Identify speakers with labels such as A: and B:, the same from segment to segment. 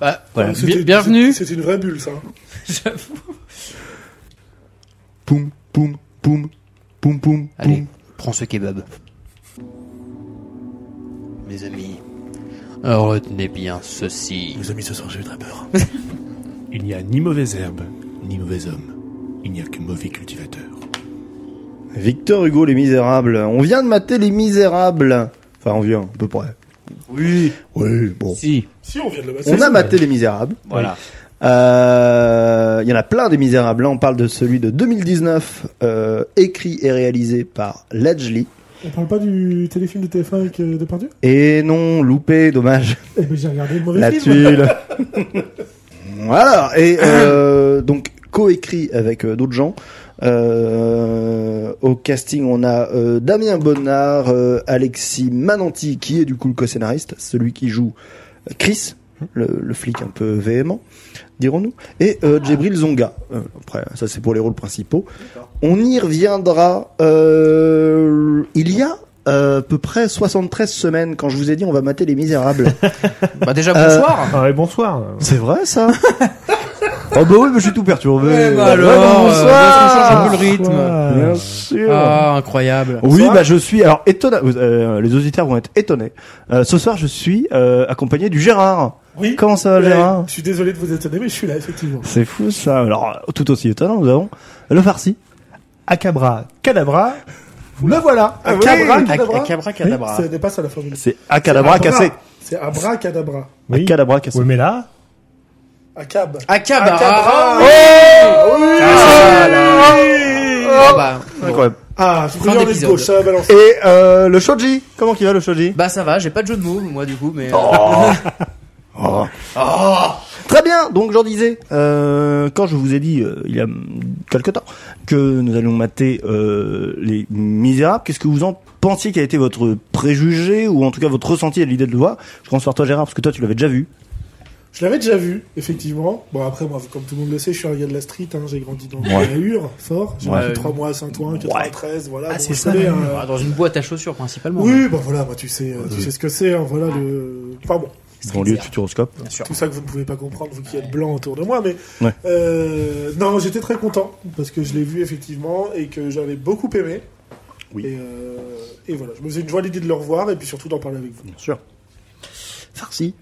A: Bah,
B: Voilà.
A: Bien-
C: C'était-
A: bienvenue.
C: C'est c'est une vraie bulle, ça.
A: J'avoue.
B: Poum, poum, poum, poum, poum,
D: Allez,
B: poum.
D: prends ce kebab. Mes amis, retenez bien ceci.
E: Mes amis, ce soir, j'ai eu très peur. Il n'y a ni mauvaise herbe, ni mauvais homme. Il n'y a que mauvais cultivateur.
B: Victor Hugo, Les Misérables. On vient de mater Les Misérables. Enfin, on vient, à peu près.
D: Oui,
B: Oui, bon.
D: si,
C: Si, on vient de le battre.
B: On a maté Les Misérables.
D: voilà.
B: Euh, Il y en a plein des Misérables. Là, on parle de celui de 2019, euh, écrit et réalisé par Ledgely.
C: On parle pas du téléfilm de TF1 avec euh, Depardieu
B: Et non, loupé, dommage.
C: Eh ben, j'ai regardé le mauvais
B: La
C: film.
B: tuile. voilà. Et euh, donc coécrit avec euh, d'autres gens. Euh, au casting, on a euh, Damien Bonnard, euh, Alexis Mananti, qui est du coup le co-scénariste, celui qui joue euh, Chris, le, le flic un peu véhément, dirons-nous, et euh, Djibril Zonga. Euh, après, ça c'est pour les rôles principaux. On y reviendra. euh, il y a euh, à peu près 73 semaines quand je vous ai dit on va mater les Misérables.
D: Bah déjà,
B: Euh,
D: bonsoir
F: Ah, et bonsoir.
B: C'est vrai ça Oh bah oui, mais je suis tout perturbé.
D: Eh bah
B: Ouais,
D: alors,
B: bah
D: euh, laisse-moi changer
B: bonsoir.
D: le Euh, rythme.
F: Bonsoir.
B: Bien sûr.
D: Ah, incroyable.
B: oui, bah je suis alors étonné. vous- euh, les auditeurs vont être étonnés. Euh, ce soir, je suis euh, accompagné du Gérard.
C: Oui.
B: Comment ça va,
C: Ouais,
B: Gérard
C: Je suis désolé de vous étonner, mais je suis là, effectivement.
B: C'est fou ça. Alors tout aussi étonnant, nous avons le farci.
F: Acabra, cadabra. Le voilà.
B: Acabra,
C: oui,
D: Ac-
C: cadabra.
D: Abracadabra.
C: Ce n'est pas ça la formule.
B: C'est Acadabra cassé.
C: C'est abracadabra.
F: Oui.
B: Acadabra cassé.
F: Oui, mais là.
C: Acab.
D: Acabara. Ah, bah, bon.
B: Incroyable.
C: Ah, je voulais en être
D: d'épisode.
C: gauche, ça va balancer.
B: Et euh, le Shoji, comment qu'il va le Shoji
D: Bah, ça va, j'ai pas de jeu de mots, moi, du coup, mais... euh,
B: Ah. Très bien, donc j'en disais, euh, quand je vous ai dit euh, il y a hum, quelque temps que nous allions mater euh, Les Misérables, qu'est-ce que vous en pensiez qui a été votre préjugé ou en tout cas votre ressenti à l'idée de le voir Je commence par toi Gérard parce que toi tu l'avais déjà vu.
C: Je l'avais déjà vu, effectivement. Bon, après, moi, comme tout le monde le sait, je suis un gars de la street, hein, j'ai grandi dans la Hure, fort. J'ai
B: Ouais.
C: vécu trois mois à Saint-Ouen, 93, voilà.
D: Ah,
C: Bon,
D: c'est
C: je
D: ça,
C: connais,
D: la-
C: hein.
D: Ah, dans une boîte à chaussures, principalement.
C: Oui, bah voilà, moi, tu sais, euh, tu sais ce que c'est, hein, voilà le. Enfin bon,
B: Dans lieu de Futuroscope.
D: bien sûr.
C: tout ça que vous ne pouvez pas comprendre, vous qui êtes blanc autour de moi, mais.
B: Ouais.
C: euh, non, j'étais très content, parce que je l'ai vu, effectivement, et que j'avais beaucoup aimé.
B: Oui.
C: Et, euh, et voilà, je me faisais une joie l'idée de le revoir, et puis surtout d'en parler avec vous.
B: Bien sûr. Farci.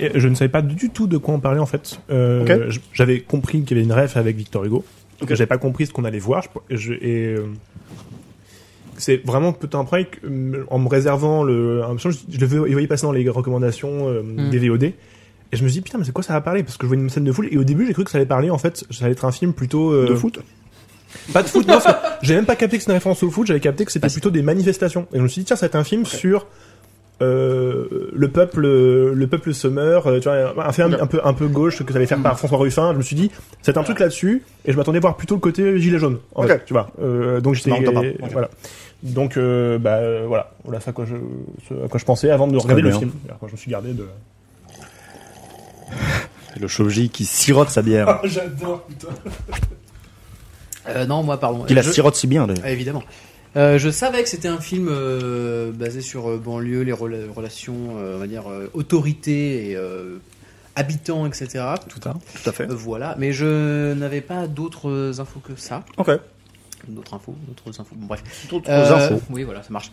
F: Et je ne savais pas du tout de quoi on parlait en fait. Euh,
B: Ok.
F: j- J'avais compris qu'il y avait une ref avec Victor Hugo. J'avais pas compris ce qu'on allait voir. Je, je- et euh, c'est vraiment peu de temps après, que, euh, en me réservant le, un- je, je le voyais voyais passer dans les recommandations euh, des VOD. Et je me suis dit putain mais c'est quoi ça va parler parce que je voyais une scène de foule et au début j'ai cru que ça allait parler en fait ça allait être un film plutôt euh,
B: De foot
F: pas de foot non, parce que j'ai même pas capté que c'était une référence au foot j'avais capté que c'était plutôt des manifestations et je me suis dit tiens ça va être un film sur euh, le peuple le peuple summer euh, tu vois un film un peu un peu gauche que ça allait
B: Mm.
F: faire par François Ruffin je me suis dit c'est un truc là-dessus et je m'attendais à voir plutôt le côté gilet jaune en
B: Ok.
F: fait, tu vois Euh, donc j'étais
B: Non, t'as pas. Ok.
F: voilà donc euh, bah euh, voilà voilà ça à quoi je ce à quoi je pensais avant de regarder
B: Très
F: le
B: bien.
F: film Alors, moi, je me suis gardé de
B: Le Shoji qui sirote sa bière.
C: Ah, j'adore, putain.
D: Euh, non, moi, pardon.
B: Qui la
D: Je-
B: sirote si bien d'ailleurs.
D: Ah, évidemment. Euh, je savais que c'était un film euh, basé sur euh, banlieue, les rela- relations, euh, on va dire, euh, autorité et euh, habitants, etc.
B: Tout à, tout à fait.
D: Euh, voilà, mais je n'avais pas d'autres infos que ça.
B: Ok.
D: D'autres infos, d'autres infos, bon, bref.
B: D'autres
D: Euh,
B: infos.
D: Oui, voilà, ça marche.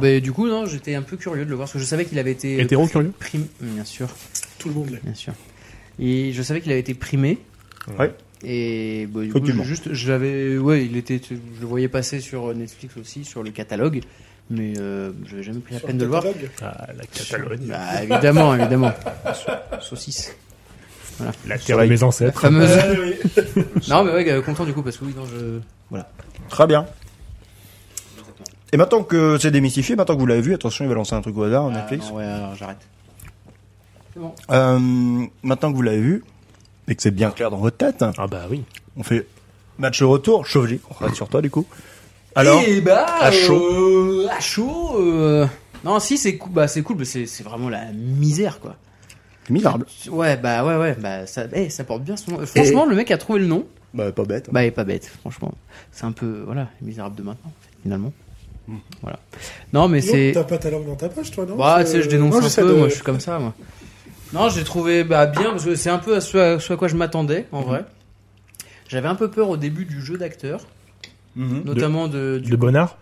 D: Mais du coup, non, j'étais un peu curieux de le voir, parce que je savais qu'il avait été...
F: hétéro curieux
D: primé, bien sûr,
C: Tout le monde l'est.
D: bien sûr. Et je savais qu'il avait été primé.
B: Ouais.
D: Et bah, du coup,
B: Effectivement.
D: juste, je l'avais, ouais, il était, je le voyais passer sur Netflix aussi, sur le catalogue, mais euh, je n'avais jamais pris la
C: Sur
D: peine
C: le
D: de le voir.
C: catalogue.
F: ah, la Catalogne
D: Bah, évidemment, évidemment. Saucisse.
F: la terre de mes ancêtres
D: Fameuse.
C: Ah, oui.
D: Non, mais ouais, euh, content du coup, parce que oui, non, je.
B: Très bien. Et maintenant que c'est démystifié, maintenant que vous l'avez vu, attention, il va lancer un truc au hasard
D: Ah,
B: Netflix.
D: non, ouais, alors j'arrête. C'est bon.
B: Euh, maintenant que vous l'avez vu, et que c'est bien clair dans votre tête,
F: ah bah oui
B: on fait match au retour, Chauvelin, on reste sur toi du coup. Alors,
D: Eh bah,
B: à chaud.
D: euh, à chaud. euh, Non, si, c'est cool, bah, c'est cool, mais c'est c'est vraiment la misère, quoi.
B: misérable.
D: Ouais, bah, ouais, ouais, bah, ça, eh, ça porte bien son nom. Franchement, le mec a trouvé le nom.
B: Bah, pas bête.
D: Bah, il est pas bête, franchement. C'est un peu, voilà, les misérables de maintenant, en fait, finalement. Voilà. Non, mais
C: Non,
D: c'est.
C: T'as pas ta langue dans ta poche, toi, Mhm. non
D: Bah,
C: C'est-
D: tu sais, je dénonce
C: Non,
D: un
C: j'essaie
D: peu,
C: de-
D: moi, je suis comme ça, moi. Non, j'ai trouvé bah, bien, parce que c'est un peu à ce à, ce à quoi je m'attendais,
C: Mhm.
D: en vrai. J'avais un peu peur au début du jeu d'acteur, Mhm. notamment de, du-
F: De Bonnard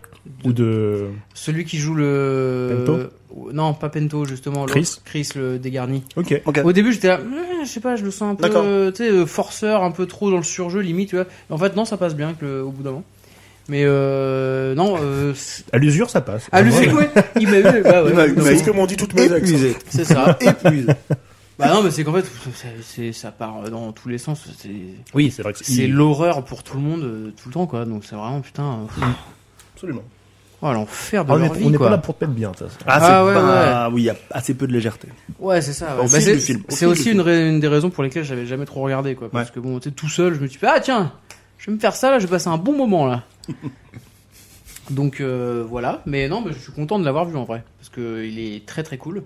F: Ou de.
D: celui qui joue le...
F: Pento
D: non, pas Pento, justement. l'autre,
F: Chris
D: Chris, le dégarni.
F: Ok.
B: Ok.
D: Au début, j'étais là, Hum, je sais pas, je le sens un peu,
B: D'accord.
D: euh, tu sais, euh, forceur, un peu trop dans le surjeu, limite, tu vois. Mais En fait, non, ça passe bien avec le- au bout d'un moment. Mais euh, non, euh, c'est-
F: À l'usure, ça passe.
D: ah, lui, c'est quoi Il m'a eu, bah ouais,
B: Il m'a eu,
D: au bout d'un
B: il m'a eu.
C: C'est
D: moment.
C: ce que m'ont dit toutes mes ex. hein.
B: Épuisé.
D: c'est ça.
B: Épuisé.
D: Bah non, mais c'est qu'en fait, ça, c'est- ça part dans tous les sens. C'est
F: Oui, c'est vrai que
D: c'est
F: il-
D: l'horreur pour tout le monde, euh, tout le temps, quoi. Donc c'est vraiment putain, euh,
B: Absolument.
D: oh, l'enfer de
F: Ah, on
D: leur
F: est-
D: vie,
F: on n'est
D: quoi.
F: pas là pour te mettre bien, ça.
B: Ah,
D: Ah,
B: c'est
D: ouais,
B: pas- oui, il y a assez peu de légèreté.
D: Ouais, c'est ça. ouais.
B: Au
D: Bah,
B: fil
D: c'est
B: du film, au
D: c'est
B: fil du
D: aussi
B: film.
D: une, ra- une des raisons pour lesquelles j'avais jamais trop regardé, quoi. Parce que bon, tu sais, tout seul, je me suis dit, ah tiens, je vais me faire ça là, je vais passer un bon moment là. Donc euh, voilà, mais non, mais je suis content de l'avoir vu en vrai, parce que il est très très cool.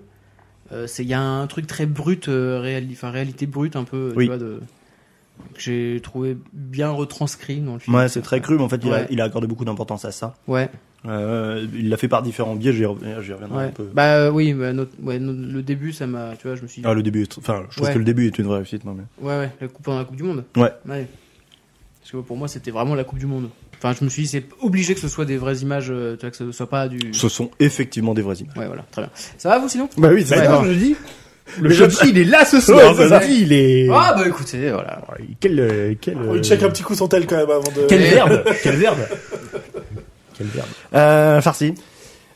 D: Euh, c'est il y a un truc très brut, euh, réali- enfin réalité brute un peu,
B: Oui.
D: tu vois, de, que j'ai trouvé bien retranscrit dans le film.
B: Ouais, c'est très cru, mais en fait, il, a,
D: Ouais.
B: il a accordé beaucoup d'importance à ça.
D: Ouais,
B: Euh, il l'a fait par différents biais, j'y reviendrai, j'y reviendrai
D: ouais.
B: un peu.
D: Bah euh, oui, bah, notre- ouais, no- le début, ça m'a, tu vois, je me suis dit,
B: Ah, le début, est- enfin, je trouve
D: Ouais.
B: que le début est une vraie réussite, non mais.
D: Ouais, ouais, la coupe, pendant la Coupe du Monde.
B: Ouais.
D: Parce que pour moi, c'était vraiment la Coupe du Monde. Enfin, je me suis dit, c'est obligé que ce soit des vraies images, euh, tu vois, que ce soit pas du.
B: Ce sont effectivement des vraies images.
D: Ouais, voilà, très bien. Ça va vous sinon
F: Bah oui,
D: c'est d'accord.
F: je dis. Le
B: Mais
F: Shoji, il est là ce soir.
B: Ouais, c'est
F: ça dit, il est.
D: Ah, bah écoutez, voilà.
F: Quel. euh, quel
C: Oh, Il check un petit coup son tel quand même avant de.
F: Quel
D: Et-
F: verbe Quel verbe Quel verbe
B: Euh, farci.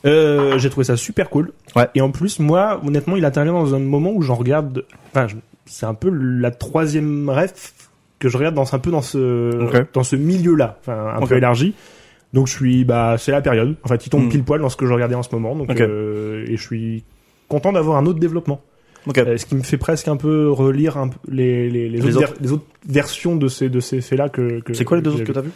F: Euh, j'ai trouvé ça super cool.
B: Ouais.
F: Et en plus, moi, honnêtement, il intervient dans un moment où j'en regarde. Enfin, je- c'est un peu la troisième ref que je regarde dans un peu dans ce
B: Ok.
F: dans ce milieu-là, enfin un
B: Ok.
F: peu élargi. Donc je suis, bah, c'est la période. En fait, il tombe
B: Hmm.
F: pile poil dans ce que je regardais en ce moment. Donc
B: Ok.
F: euh, et je suis content d'avoir un autre développement.
B: Ok.
F: Euh, ce qui me fait presque un peu relire un peu les, les, les
B: Les
F: autres,
B: autres.
F: ver- les autres versions de ces de ces faits-là que. que-
B: c'est quoi les deux
F: que
B: autres que t'as
F: j'avais.
B: vu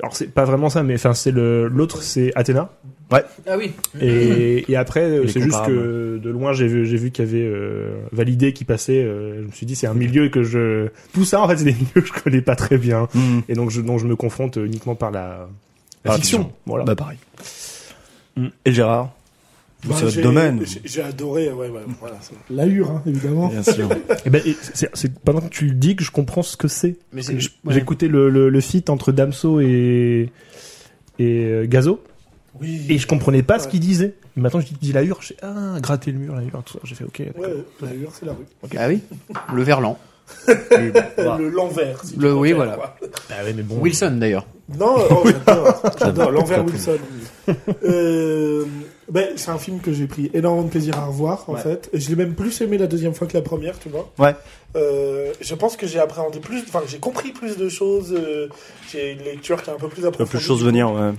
F: Alors c'est pas vraiment ça, mais enfin c'est le l'autre c'est Athéna.
D: Ah oui.
F: Et, et après, euh,
B: est
F: c'est juste
B: comparable.
F: que de loin, j'ai vu, j'ai vu qu'il y avait euh, Validé qui passait. euh, je me suis dit, c'est un milieu que je. Tout ça, en fait, c'est des milieux que je connais pas très bien.
B: Hmm.
F: Et donc, je, dont je me confronte uniquement par la, la
B: Par la
F: fiction.
B: fiction.
F: Voilà.
B: Bah, pareil.
F: Mm.
B: Et Gérard
C: Bah,
B: C'est
C: j'ai-
B: votre domaine.
C: j'ai- J'ai adoré, ouais, ouais, voilà. c'est- La hure, hein, évidemment.
B: Bien sûr.
F: Et ben, et c'est, c'est pendant que tu le dis que je comprends ce que c'est.
D: Mais
F: Parce que
D: c'est.
F: je-
D: ouais.
F: J'ai écouté le, le, le feat entre Damso et, et euh, Gazo.
C: Oui.
F: Et je comprenais pas ce
C: Ouais.
F: qu'ils disaient. Et maintenant, je dis- dis la hure. Je sais, ah, gratter le mur, la hure. Tout ça. J'ai fait, ok. d'accord.
C: Ouais, la hure, c'est la rue.
D: Ah oui Le Verlan.
B: Bah.
C: Le l'envers. si tu
D: Le- oui,
C: préfères,
D: voilà.
C: quoi.
F: Bah ouais, mais bon.
D: Wilson d'ailleurs.
C: Non, oh, j'adore,
B: Ah,
C: j'adore l'envers Wilson. Euh, ben, c'est un film que j'ai pris énormément de plaisir à revoir en
B: Ouais.
C: fait. Et je l'ai même plus aimé la deuxième fois que la première, tu vois.
B: Ouais.
C: Euh, je pense que j'ai appréhendé plus, enfin que j'ai compris plus de choses. euh, j'ai une lecture qui est un peu plus
B: Il y a
C: approfondie.
B: plus de choses venir, ouais.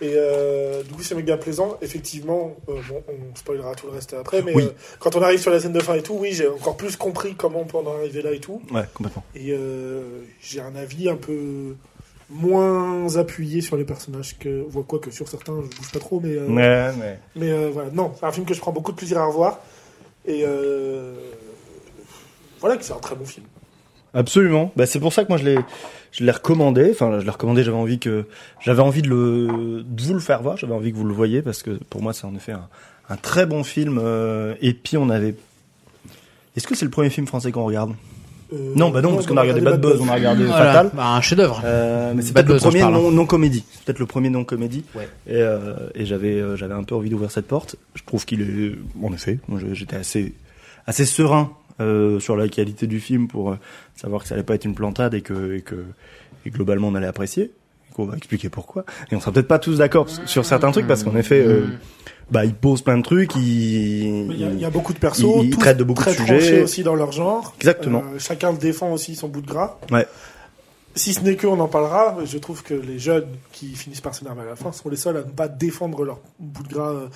C: Et euh, du coup, c'est méga plaisant. Effectivement, euh, bon, on spoilera tout le reste après, mais
B: Oui.
C: euh, quand on arrive sur la scène de fin et tout, oui, j'ai encore plus compris comment on peut en arriver là et tout.
B: Ouais, complètement.
C: Et euh, j'ai un avis un peu moins appuyé sur les personnages que. Voit quoi que sur certains, je bouge pas trop, mais. euh,
B: Ouais, ouais.
C: Mais euh, voilà, non, c'est un film que je prends beaucoup de plaisir à revoir. Et. euh, Voilà, que c'est un très bon film.
B: Absolument. Bah, c'est pour ça que moi je l'ai, je l'ai recommandé. Enfin, je l'ai recommandé. J'avais envie que, j'avais envie de le, de vous le faire voir. J'avais envie que vous le voyiez parce que pour moi c'est en effet un, un très bon film. euh, et puis on avait. Est-ce que c'est le premier film français qu'on regarde
C: Euh,
B: Non, bah non, parce
C: on
B: qu'on
C: va
B: a regardé Bad
C: regarder
B: Buzz, on a regardé
D: Voilà.
B: Ah, Fatal.
D: Bah, un chef-d'œuvre.
B: Euh, mais c'est
D: Bad
B: peut-être le
D: Buzz, hein, je
B: premier
D: parle, hein.
B: non, non comédie. C'est peut-être le premier non comédie.
D: Ouais.
B: Et, euh, et j'avais euh, j'avais un peu envie d'ouvrir cette porte. Je trouve qu'il est en effet. moi, je- J'étais assez assez serein euh, sur la qualité du film pour euh, savoir que ça allait pas être une plantade et que et que et globalement on allait apprécier. Et qu'on va expliquer pourquoi. Et on sera peut-être pas tous d'accord s- sur certains trucs parce qu'en effet, euh,
D: Mm.
B: bah il pose plein de trucs. Il,
C: Mais Il y, a- il y
B: il-
C: a beaucoup de persos,
B: il- il
C: tous
B: traite de beaucoup
C: très
B: de sujets.
C: tranchés aussi dans leur genre.
B: Exactement.
C: Euh, chacun défend aussi son bout de gras.
B: Ouais.
C: Si ce n'est que, on en parlera. Je trouve que les jeunes qui finissent par s'énerver à la fin sont les seuls à ne pas défendre leur bout de gras euh,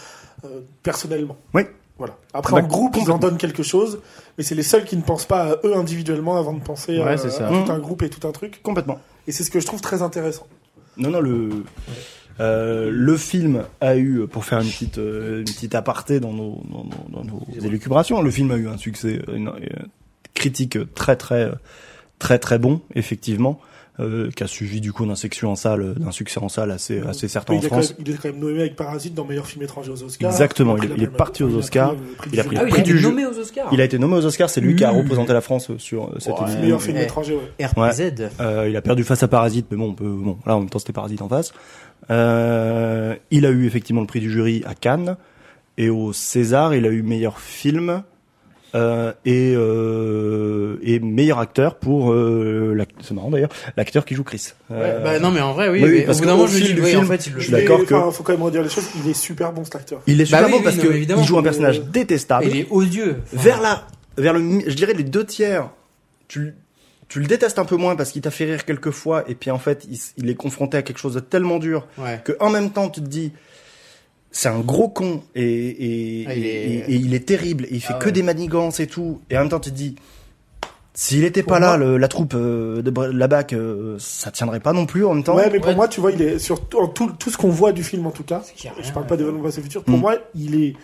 C: euh, personnellement.
B: Oui.
C: Voilà. Après, en
B: Bah,
C: groupe, ils en
B: complètement.
C: donnent quelque chose, mais c'est les seuls qui ne pensent pas à eux individuellement avant de penser
D: Ouais,
C: euh,
D: c'est ça.
C: à tout
B: Mhm.
C: un groupe et tout un truc.
B: complètement.
C: Et c'est ce que je trouve très intéressant.
B: Non, non, le, euh, le film a eu, pour faire une petite, euh, une petite aparté dans nos, dans, nos- dans nos élucubrations, le film a eu un succès euh, une- euh, critique très, très, euh, très, très bon, effectivement. euh, qui a suivi du coup d'un succès en salle, d'un succès en salle assez assez certain
C: Oui,
B: en
C: il, est quand
B: France.
C: même, il est quand même nommé avec Parasite dans meilleur film étranger aux Oscars.
B: Exactement, il est-
C: a
B: il est
C: même-
B: parti aux
C: il a pris
B: Oscars.
C: le prix
B: Il a
C: du
B: pris
D: Ah
C: jury.
D: oui,
B: prix
D: il a
B: du
D: été
B: jeu.
D: nommé aux Oscars.
B: Il a été nommé aux Oscars, c'est lui qui a
D: Mmh.
B: représenté la France euh, sur euh, cette
D: Ouais.
B: émission.
C: Ah meilleur film
D: Eh.
C: étranger, ouais.
D: RPZ.
B: Euh, il a perdu face à Parasite, mais bon, on peut, bon, là en même temps c'était Parasite en face. Euh, il a eu effectivement le prix du jury à Cannes et au César, il a eu meilleur film euh, et, euh, et meilleur acteur pour euh, l'ac- c'est marrant d'ailleurs l'acteur qui joue Chris. Euh,
D: Bah non, mais en vrai, oui.
B: oui, oui,
D: mais
B: parce
D: au bout
B: que
D: d'un moment,
B: au
D: je me
B: fil
D: dis,
B: du
D: ouais,
B: film,
D: en fait, il le
B: je
D: joue.
B: suis d'accord
C: Et,
B: que-
C: enfin, faut quand même redire les choses, il est super bon cet acteur.
B: Il est
D: Bah
B: super
D: oui,
B: bon
D: oui,
B: parce
D: non,
B: que
D: mais évidemment.
B: il joue un personnage détestable.
D: Il est odieux. Enfin,
B: vers la, vers le, mi- je dirais les deux tiers. Tu, tu le détestes un peu moins parce qu'il t'a fait rire quelques fois et puis en fait il, s- il est confronté à quelque chose de tellement dur
D: Ouais.
B: que en même temps tu te dis c'est un gros con et, et,
D: Ah, il est-
B: et- et il est terrible et il fait
D: Ah
B: que
D: ouais.
B: des manigances et tout et en même temps tu te dis s'il était
C: Pour
B: pas là
C: moi-
B: le- la troupe euh, de Bra- la BAC euh, ça tiendrait pas non plus en même temps
C: Ouais, mais pour
D: Ouais.
C: moi, tu vois, il est sur en tout, tout ce qu'on voit du film en tout cas.
D: qu'il y a
C: Je
D: rien,
C: parle
D: ouais.
C: pas d'événements passés futurs. Pour
B: Mm.
C: moi, il est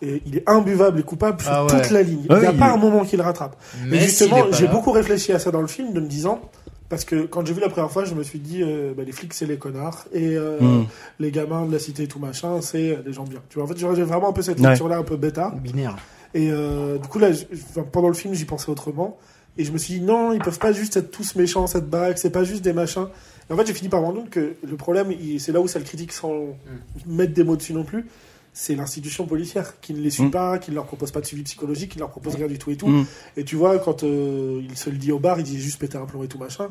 C: et il est imbuvable et coupable sur
D: Ah ouais.
C: toute la ligne.
B: Ah
C: il n'y a
B: oui,
C: pas
B: il-
C: un moment qu'il rattrape.
D: s'il
C: Mais
D: est
C: justement,
D: pas
C: j'ai
D: là-
C: beaucoup réfléchi à ça dans le film, de me disant, parce que quand j'ai vu la première fois, je me suis dit, euh, bah, les flics, c'est les connards, et euh,
B: Mm.
C: les gamins de la cité, tout machin, c'est euh, les gens bien. Tu vois, en fait, j'avais vraiment un peu cette
B: Ouais.
C: lecture-là, un peu bêta.
D: Binaire.
C: Et euh, du coup, là, je- enfin, pendant le film, j'y pensais autrement. Et je me suis dit, non, ils peuvent pas juste être tous méchants, cette baraque, c'est pas juste des machins. Et en fait, j'ai fini par me rendre compte que le problème, il- c'est là où ça le critique sans mettre des mots dessus non plus, c'est l'institution policière qui ne les suit
B: Mm.
C: pas, qui ne leur propose pas de suivi psychologique, qui ne leur propose rien du tout et tout.
B: Mm.
C: Et tu vois, quand euh, il se le dit au bar, il dit juste péter un plomb et tout machin.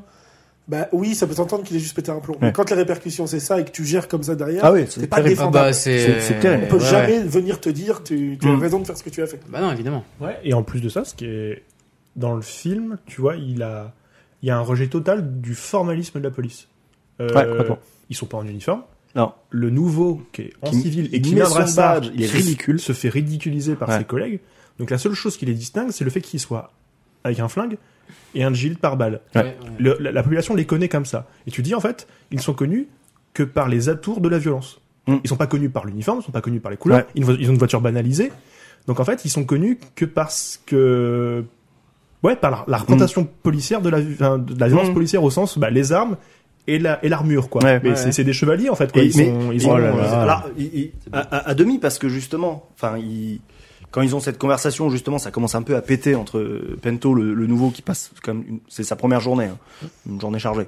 C: Bah oui, ça peut s'entendre qu'il est juste pété un plomb. Mais
B: Ouais.
C: quand les répercussions, c'est ça et que tu gères comme ça derrière,
B: ah oui
C: c'est
B: c'est
C: pas
B: terrible
D: Ah
C: défendable.
D: bah, c'est.
B: C'est- c'est terrible.
C: On peut
D: Ouais, ouais.
C: jamais venir te dire, tu, tu
B: Mm.
C: as raison de faire ce que tu as fait.
D: Bah non, évidemment.
F: Ouais, et en plus de ça, ce qui est dans le film, tu vois, il a, il y a un rejet total du formalisme de la police. Euh,
B: Ouais, complètement.
F: Ils sont pas en uniforme.
B: Non.
F: Le nouveau qui est en
B: Qui-
F: civil et
B: il
F: qui
B: met
F: met un
B: son
F: brassard,
B: badge, il est
F: se-
B: ridicule.
F: se fait ridiculiser par
B: Ouais.
F: ses collègues. Donc la seule chose qui les distingue, c'est le fait qu'il soit avec un flingue et un gilet par balle.
B: Ouais.
F: Le- la, la population les connaît comme ça. Et tu dis, en fait, ils ne sont connus que par les atours de la violence.
B: Mm.
F: Ils sont pas connus par l'uniforme, ils sont pas connus par les couleurs,
B: Ouais.
F: ils, ont- ils ont une voiture banalisée. Donc en fait, ils sont connus que parce que... Ouais, par la, la représentation policière de la, vi- enfin, de la violence
B: Mm.
F: policière au sens, bah, les armes et la et l'armure quoi.
B: Ouais.
F: mais
D: Ouais,
F: c'est
D: ouais.
F: c'est des chevaliers en fait. Quoi.
B: Et- oh
F: ils
B: mais-
F: sont, ils
B: Ils
F: ont-
B: ont-
F: euh,
B: alors, ils- ils- à, à- à demi parce que justement, enfin, ils- quand ils ont cette conversation, justement, ça commence un peu à péter entre euh, Pento, le, le nouveau, qui passe comme une- c'est sa première journée, hein, une journée chargée.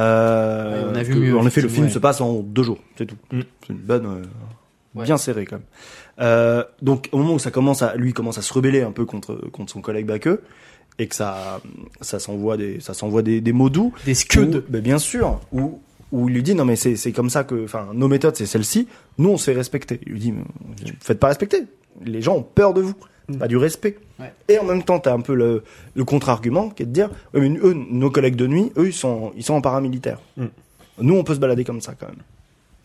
B: Euh,
D: Ouais, on a vu
B: que,
D: mieux,
B: En effet, le
D: effectivement,
B: film
D: ouais.
B: se passe en deux jours, c'est tout.
F: Mm.
B: C'est une bonne, euh,
D: Ouais.
B: bien serrée quand même. Euh, donc, au moment où ça commence à, lui commence à se rebeller un peu contre contre son collègue Baqueux et que ça ça s'envoie des ça s'envoie des, des mots doux.
D: Des scuds.
B: Où- ben, bien sûr. Où, où il lui dit non mais c'est c'est comme ça que enfin nos méthodes c'est celle-ci. Nous on s'est respecté. Il lui dit mais vous faites pas respecter. Les gens ont peur de vous. Pas du respect.
D: Ouais.
B: Et en même temps t'as un peu le, le contre-argument qui est de dire Ouais, mais eux nos collègues de nuit eux ils sont ils sont en paramilitaire.
F: Mm.
B: Nous on peut se balader comme ça quand même.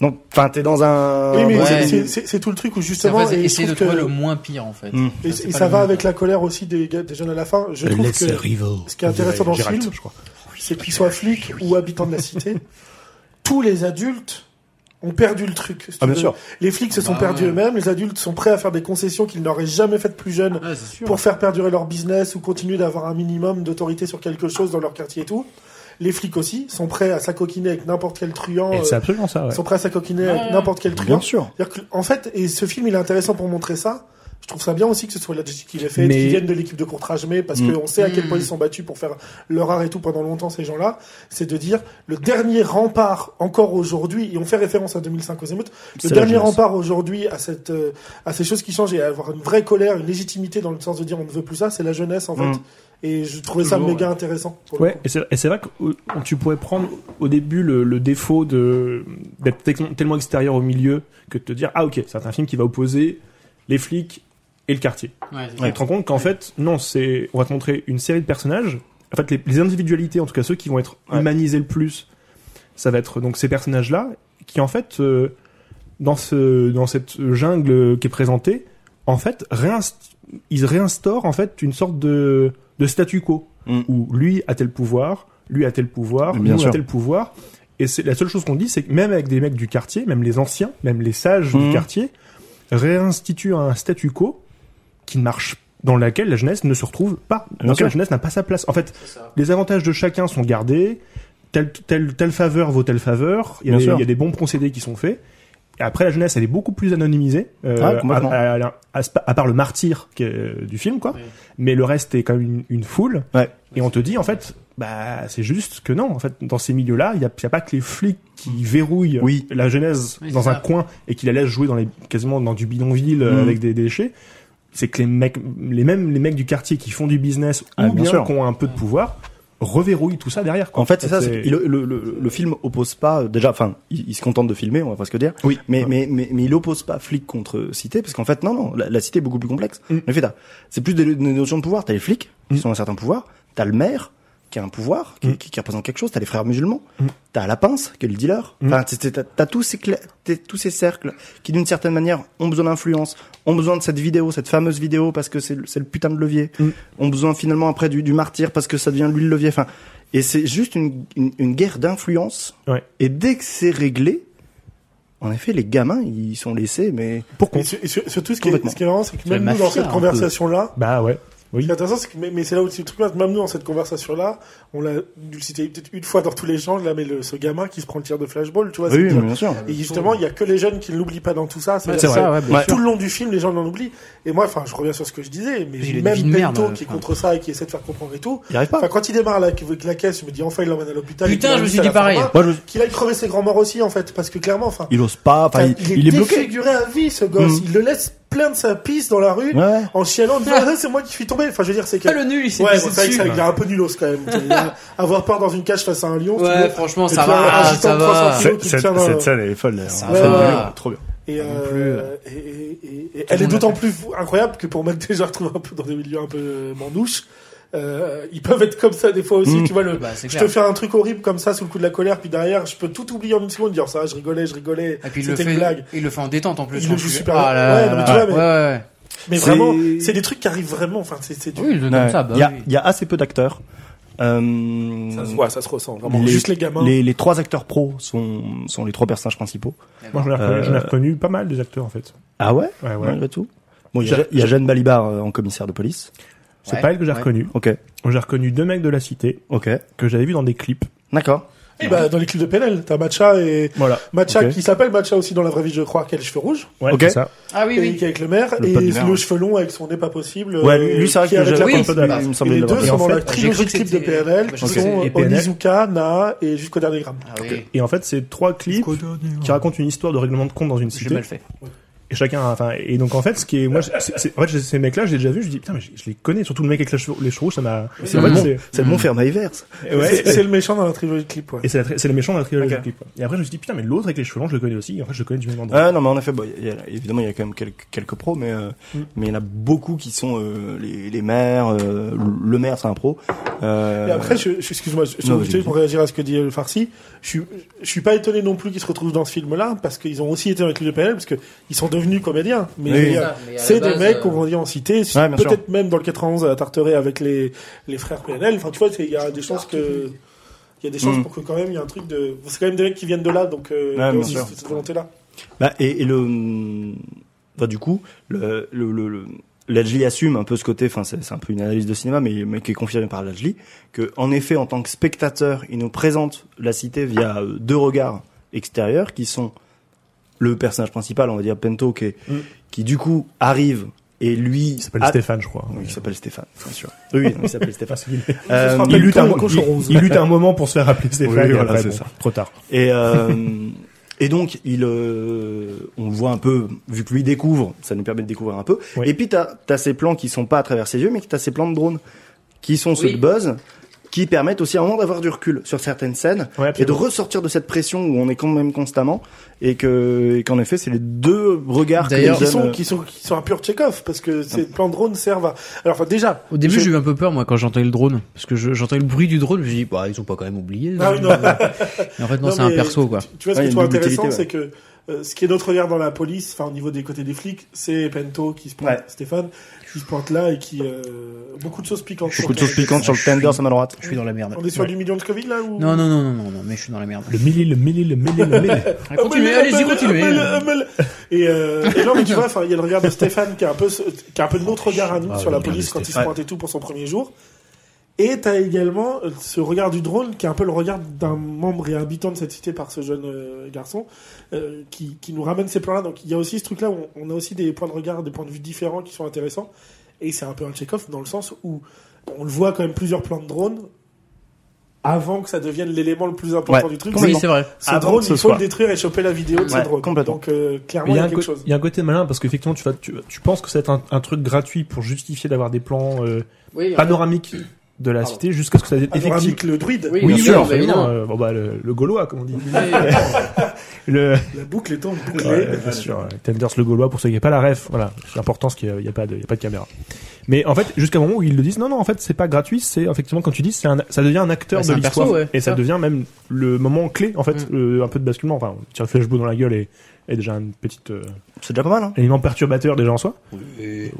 B: Donc enfin t'es dans un.
C: Oui, mais
D: Ouais.
C: c'est- c'est- c'est c'est tout le truc où
D: Ça
C: justement.
D: va
C: et je
D: essayer de
C: trouve que-
D: trouver le moins pire en fait.
B: Mm.
C: Et,
D: c'est
C: et
D: pas
C: ça
D: le
C: va
D: même.
C: avec la colère aussi des, gars- des jeunes à la fin. Je trouve que ce qui est intéressant dans ce
F: Gérald,
C: film,
F: je crois.
C: c'est qu'ils soient flics ou habitants de la cité. Tous les adultes ont perdu le truc. si tu
B: Ah, bien
C: veux.
B: sûr.
C: Les flics se sont
D: Bah,
C: perdus
D: ouais.
C: eux-mêmes. Les adultes sont prêts à faire des concessions qu'ils n'auraient jamais faites plus jeunes
D: Ouais, c'est sûr.
C: pour faire perdurer leur business ou continuer d'avoir un minimum d'autorité sur quelque chose dans leur quartier et tout. Les flics aussi sont prêts à s'acoquiner avec n'importe quel truand.
F: Et c'est
C: euh,
F: absolument ça. Ouais.
C: sont prêts à s'acoquiner avec
D: Ouais.
C: n'importe quel
B: Bien
C: truand.
B: sûr.
C: C'est-à-dire que, en fait, et ce film, il est intéressant pour montrer ça. Je trouve ça bien aussi que ce soit la justice qui l'ait fait,
F: Mais-
C: qu'ils viennent de l'équipe de Courtrage-Mais, parce
B: Mm.
C: qu'on sait à quel point
D: Mm.
C: ils sont battus pour faire leur art et tout pendant longtemps, ces gens-là. C'est de dire, le dernier rempart, encore aujourd'hui, et on fait référence à 2005 aux émeutes, le
B: C'est la
C: dernier
B: jeunesse.
C: rempart aujourd'hui à cette, euh, à ces choses qui changent et à avoir une vraie colère, une légitimité dans le sens de dire on ne veut plus ça, c'est la jeunesse, en
B: Mm.
C: fait. Et je trouvais ça
D: Toujours,
C: méga intéressant. pour le
F: Ouais,
C: coup.
F: et c'est et c'est vrai que euh, tu pourrais prendre au début le, le défaut de d'être te- tellement extérieur au milieu que de te dire ah ok c'est un film qui va opposer les flics et le quartier.
D: Ouais, c'est
F: Tu te rends compte qu'en fait non c'est on va te montrer une série de personnages. En fait les, les individualités en tout cas ceux qui vont être
B: Ouais.
F: humanisés le plus ça va être donc ces personnages là qui en fait euh, dans ce dans cette jungle qui est présentée en fait réinst- ils réinstaurent en fait une sorte de de statu quo
B: Mm.
F: où lui a tel pouvoir, lui a tel pouvoir,
B: Mais bien
F: nous a
B: sûr.
F: tel pouvoir et c'est la seule chose qu'on dit c'est que même avec des mecs du quartier, même les anciens, même les sages du
B: Mm.
F: quartier réinstituent un statu quo qui ne marche dans laquelle la jeunesse ne se retrouve pas, dans
B: Ah, Bien
F: laquelle
B: sûr.
F: la jeunesse n'a pas sa place. En fait,
D: ça.
F: les avantages de chacun sont gardés. telle, telle, telle faveur vaut telle faveur. Il y, a
B: Bien
F: des,
B: sûr.
F: il y a des bons procédés qui sont faits. Et après, la jeunesse, elle est beaucoup plus anonymisée. euh,
B: Ouais, Ah, complètement.
F: à, à- à- à- à part le martyr qui est, euh, du film, quoi.
D: Oui.
F: Mais le reste est quand même une, une foule.
B: Ouais.
F: Et on te dit, en fait, bah, c'est juste que non. En fait, dans ces milieux-là, il n'y a, il y a pas que les flics qui verrouillent
B: Oui.
F: la jeunesse
D: Oui,
F: dans
D: c'est
F: un
D: ça.
F: coin et qui la laissent jouer dans les, quasiment dans du bidonville euh,
B: Mhm.
F: avec des déchets. C'est que les mecs, les mêmes, les mecs du quartier qui font du business ou
B: Ah, bien
F: bien,
B: sûr.
F: qui ont un peu de pouvoir reverrouillent tout ça derrière, quoi.
B: En fait, c'est ça. c'est- il- le, le- le- le film oppose pas euh, déjà. Enfin, il, il se contente de filmer, on va presque dire.
F: Oui.
B: Mais
F: Ouais.
B: mais mais, mais il oppose pas flic contre cité parce qu'en fait non non la, la cité est beaucoup plus complexe.
F: Mm.
B: En fait, t'as- c'est plus des, des notions de pouvoir. T'as les flics
F: Mm.
B: qui sont un certain pouvoir. T'as le maire qui a un pouvoir qui,
F: Mm.
B: qui, qui représente quelque chose. T'as les frères musulmans.
F: Mm.
B: T'as la pince qui est le dealer.
F: Mm.
B: Enfin, t'es- t'es- t'as t'as tous ces cla- t'es- tous ces cercles qui d'une certaine manière ont besoin d'influence, ont besoin de cette vidéo, cette fameuse vidéo parce que c'est le, c'est le putain de levier.
F: Mm.
B: Ont besoin finalement après du, du martyr parce que ça devient lui le levier. Enfin. Et c'est juste une, une, une guerre d'influence.
F: Ouais.
B: Et dès que c'est réglé, en effet, les gamins, ils sont laissés, mais
F: Pour
C: Et
F: contre.
C: sur- et sur- surtout, ce qui est,
B: Complètement.
C: ce qui est marrant, c'est que
D: C'est
C: même
D: la
C: nous, dans
D: mafia,
C: cette
D: un
C: conversation-là,
F: Bah ouais.
C: Ce
F: Oui.
C: qui est intéressant, c'est que, mais, mais c'est là où c'est le truc, là, même nous, dans cette conversation-là, on l'a dû le citer peut-être une fois dans tous les gens, là, mais le, ce gamin qui se prend le tir de flashball, tu vois. c'est que-
B: sûr.
C: et justement, il y a que les jeunes qui ne l'oublient pas dans tout ça.
D: Ouais,
C: C'est-à-dire
D: c'est
C: ça,
D: ça, ouais, bien
B: Ouais.
D: sûr.
C: Tout le long du film, les gens l'en oublient. Et moi, enfin, je reviens sur ce que je disais, mais
D: Il a une vie
C: même
D: de merde,
C: Pento
D: euh,
C: qui est
D: enfin.
C: contre ça et qui essaie de faire comprendre et tout.
B: Il arrive pas.
C: Enfin, quand il démarre là, avec la caisse, je me dis enfin, il l'emmène à l'hôpital.
D: Putain,
C: il
D: je
C: l'emmène
D: me suis
C: à
D: dit
C: la
D: pareil.
C: pharma.
B: Moi, je-
C: Qu'il aille crever ses grands-morts aussi, en fait, parce que clairement, enfin.
B: il ose pas. Enfin, il, il est bloqué.
C: défiguré à vie, ce gosse.
B: Mm.
C: Il le laisse plein de sa pisse dans la rue.
B: Ouais.
C: En chialant, en disant, Ah, c'est moi qui suis tombé. Enfin, je veux dire, c'est que.
D: Ah, le nul, il s'est
C: Ouais, bon,
D: pissé
C: c'est vrai que
D: dessus.
C: ça, il est un peu nulos quand même. Tu vois, Avoir peur dans une cage face à un lion. tu
D: Ouais,
C: vois.
D: franchement,
C: Et
D: ça
C: puis, un
D: va,
C: agitant
D: ça
C: de
D: va.
C: 300 kilos qui tient dans-
B: elle est folle.
D: Ça
C: Ah, Ouais, ouais,
D: va.
B: Trop bien.
C: Et, euh, et, et- et- et
D: le
C: elle est
D: monde
C: d'autant
D: l'a
C: plus incroyable que pour mettre des gens retrouvent un peu dans des milieux un peu mandouches, euh, ils peuvent être comme ça des fois aussi.
B: Mm.
C: Tu vois, le,
D: Bah, c'est
C: je
D: clair.
C: te fais un truc horrible comme ça sous le coup de la colère, puis derrière, je peux tout oublier en une seconde, dire ça, je rigolais, je rigolais,
D: Et puis il le
C: c'était une blague.
D: fait, il le fait en détente en plus.
C: Il le
D: je
C: joue
D: suis-
C: super
D: Ah
C: bien.
D: là
C: Ouais,
D: là
C: non, mais
D: là
C: tu
D: là.
C: vois, mais-
D: Ouais, ouais.
C: Mais
B: C'est-
C: vraiment, c'est des trucs qui arrivent vraiment. Enfin, c'est, c'est du.
D: Oui, il le donne ça, bah
B: il, y a,
D: oui.
B: il y a assez peu d'acteurs. Euh,
C: Ça, se voit, ça se ressent vraiment.
B: les-
C: Juste les gamins.
B: les, les trois acteurs pros sont, sont les trois personnages principaux.
F: Moi, j'en ai,
B: Euh,
F: reconnu, j'en ai reconnu pas mal des acteurs, en fait.
B: Ah ouais,
F: Ouais, ouais.
B: Malgré tout. Bon, il y, a- il y a Jeanne Balibar euh, en commissaire de police.
F: C'est
D: Ouais,
F: pas elle que j'ai
D: ouais.
F: reconnu.
B: Ok,
F: J'ai reconnu deux mecs de la cité
B: ok,
F: que j'avais vu dans des clips.
B: d'accord.
C: Et bah, dans les clips de PNL, t'as Matcha et.
F: Voilà.
C: Matcha
B: Ok.
C: qui s'appelle Matcha aussi dans la vraie vie, je crois, qui a les cheveux rouges,
F: Ouais,
B: Ok.
F: c'est ça.
D: Ah oui,
C: et qui
D: oui.
C: est avec le maire,
B: Le
C: et
B: pote du
C: le
B: maire, ouais.
C: cheveu long avec son nez pas possible.
B: Ouais,
C: euh,
B: lui, c'est vrai
C: qui
B: que
C: avec
B: j'ai-
C: la
D: Oui,
C: pompe
D: c'est
C: d'Adam.
D: vrai.
B: il me
C: Et
B: semblait
C: les
B: l'avoir
C: deux
B: vu.
F: Et
C: sont
F: en
C: dans
F: fait,
C: la
F: j'ai
C: trilogie
D: cru
C: de
D: que
C: clips de
D: c'était-
C: PNL,
D: bah, je
C: qui
D: pensais que
C: sont euh,
F: c'était PNL.
C: Onizuka, Na, et jusqu'au dernier gramme.
D: Ah oui.
F: Et en fait, c'est trois clips qui racontent une histoire de règlement de compte dans une
D: J'ai
F: cité.
D: mal fait.
F: Et chacun, a- enfin, et donc en fait, ce qui est, moi, je- c'est- c'est- en fait, j'ai- ces mecs-là, je les ai déjà vus, je dis, putain, mais je, je les connais, surtout le mec avec les cheveux, les cheveux rouges, ça m'a,
B: C'est
F: en
B: le
F: fait,
B: bon,
F: c'est-
B: c'est le bon Fairmaivers.
F: et ouais,
C: C'est c'est le méchant dans la trilogie de clips, ouais.
F: et c'est la tri- c'est le méchant dans la trilogie
B: Ok.
F: du clip. quoi. Et après, je me suis dit, putain, mais l'autre avec les cheveux longs, je le connais aussi, et en fait, je le connais du même endroit.
B: Ah non mais en effet, bon, il y a- évidemment il y a quand même quelques, quelques pros, mais euh,
C: Hmm.
B: mais il y en a beaucoup qui sont euh, les, les maires, euh, le maire c'est un pro. Euh,
C: Et après, je, je- excuse-moi, je, je-
B: Non,
C: je-
B: vas-y.
C: pour réagir à ce que dit euh, le Farsi, je suis, je suis pas étonné non plus qu'ils se retrouvent dans ce film-là, parce qu'ils ont aussi été avec le PNL, parce que ils sont devenus comédiens. Mais
B: Oui.
C: je veux dire,
D: Ça, mais à
C: c'est
D: la
C: des
D: base,
C: mecs
D: euh,
C: qu'on grandit en cité,
B: Ouais, bien
C: peut-être même dans le 91 à Tarteret avec les, les frères PNL. Enfin, tu vois, c'est- il y a des chances que. Il y a des chances
B: Mm.
C: pour que quand même il y a un truc de. C'est quand même des mecs qui viennent de là, donc euh,
B: Ouais,
C: il y a
B: bien
C: aussi
B: sûr.
C: cette volonté-là.
B: Bah, et, et le, bah, du coup, le, le, le, le- Ledgely assume un peu ce côté, enfin c'est c'est un peu une analyse de cinéma, mais, mais qui est confirmée par Ledgely, que en effet, en tant que spectateur, il nous présente la cité via euh, deux regards extérieurs qui sont le personnage principal, on va dire Pento, qui, est- qui du coup arrive et lui
F: Il s'appelle
B: a-
F: Stéphane, je crois.
B: Oui, il s'appelle Stéphane, bien sûr. Oui, non, il s'appelle Stéphane.
C: se
B: Euh,
C: rappelle
F: il lutte,
C: tout,
F: un,
C: le
F: mo-
C: cochon rose.
F: il, il lutte un moment pour se faire appeler Stéphane.
B: Oui,
F: et
B: voilà,
F: après,
B: c'est
F: bon,
B: ça.
F: Trop tard.
B: Et, euh, et donc, il, euh, on le voit un peu, vu que lui découvre, ça nous permet de découvrir un peu.
F: Oui.
B: Et puis, t'as as ces plans qui sont pas à travers ses yeux, mais que t'as ces plans de drone, qui sont ceux
D: Oui.
B: de Buzz, qui permettent aussi à un moment d'avoir du recul sur certaines scènes,
F: Ouais,
B: et de
F: absolument.
B: ressortir de cette pression où on est quand même constamment, et que et qu'en effet, c'est les deux regards que les
D: D'ailleurs,
C: Qui
B: jeunes,
C: sont,
B: euh,
C: qui, sont, qui sont un pur Tchekhov, parce que ces plans de drone servent à. Alors, enfin, déjà.
D: Au début,
C: je-
D: j'ai eu un peu peur, moi, quand j'entendais le drone. Parce que je- j'entendais le bruit du drone, je me suis dit, bah, ils ont pas quand même oublié.
C: Ah
D: ça.
C: oui, non, non.
D: Mais en fait, non,
C: Non,
D: c'est un
C: mais
D: perso, quoi.
C: Tu vois, ce
B: Ouais,
C: qui est
B: il y
C: trop
B: a une double
C: intéressant,
B: utilité,
C: c'est que euh, ce qui est notre regard dans la police, enfin au niveau des côtés des flics, c'est Pento qui se pointe,
B: Ouais.
C: Stéphane, qui se pointe là et qui... euh, beaucoup de choses piquantes.
B: beaucoup de choses piquantes sur le tender, ça m'a droite.
D: Je suis dans la merde.
C: On est sur
F: Ouais.
C: du million de Covid là ou...
D: Non, non, non, non, non, non, mais je suis dans la merde.
F: Le mille, le mille, le mille, le mille.
C: Ah,
D: Allez, Ah, Continuez,
C: Hummel,
D: allez-y,
C: Hummel,
D: continuez.
C: Hummel, Hummel. Et, euh, et non, mais tu vois, enfin, il y a le regard de Stéphane qui a un peu, ce- qui a un peu notre regard à nous
F: Ah,
C: sur la
F: le regard de
C: police quand il se
B: Stéphane.
C: pointe et tout pour son premier jour. Et t'as également euh, ce regard du drone qui est un peu le regard d'un membre et habitant de cette cité par ce jeune euh, garçon euh, qui, qui nous ramène ces plans-là. Donc il y a aussi ce truc-là où on, on a aussi des points de regard, des points de vue différents qui sont intéressants. Et c'est un peu un check-off dans le sens où on le voit quand même plusieurs plans de drone avant que ça devienne l'élément le plus important
B: Ouais,
C: du truc.
D: Oui, c'est vrai.
C: Ce
B: Avant
C: drone,
B: que ce
C: il faut
B: soit.
C: le détruire et choper la vidéo de ce
B: Ouais,
C: drone.
B: complètement.
C: Donc euh,
F: Mais
C: clairement,
F: Il
C: il
F: y, a un
C: quelque
F: co-
C: chose.
F: il y a un côté malin parce qu'effectivement tu, vas- tu, tu penses que c'est un, un truc gratuit pour justifier d'avoir des plans euh,
D: Oui, euh,
F: panoramiques de la
D: Pardon.
F: cité jusqu'à ce que ça devienne effectivement.
C: Panoramique, le druide,
D: Oui,
F: Oui,
D: bien
F: oui,
D: sûr,
F: absolument,
D: évidemment.
F: euh, bon, bah, le, le gaulois, comme on dit.
D: Mais, euh,
F: Le,
C: la boucle étant bouclée.
F: Ouais, bien sûr, euh, Tenders le Gaulois, pour ceux qui n'ont pas la ref, voilà, c'est important parce qu'il n'y a, pas de- il y a pas de caméra. Mais en fait, jusqu'à un moment où ils le disent, non, non, en fait, c'est pas gratuit, c'est effectivement, quand tu dis, c'est un- ça devient un acteur
D: Bah, c'est
F: de
D: un perso,
F: l'histoire.
D: ouais,
F: et ça
D: ça. Mm.
F: devient même le moment clé, en fait, euh, un peu de basculement. Enfin, on tire le flashball dans la gueule et, et déjà un petit euh,
B: C'est déjà pas mal, hein.
F: élément perturbateur déjà en soi. Oui.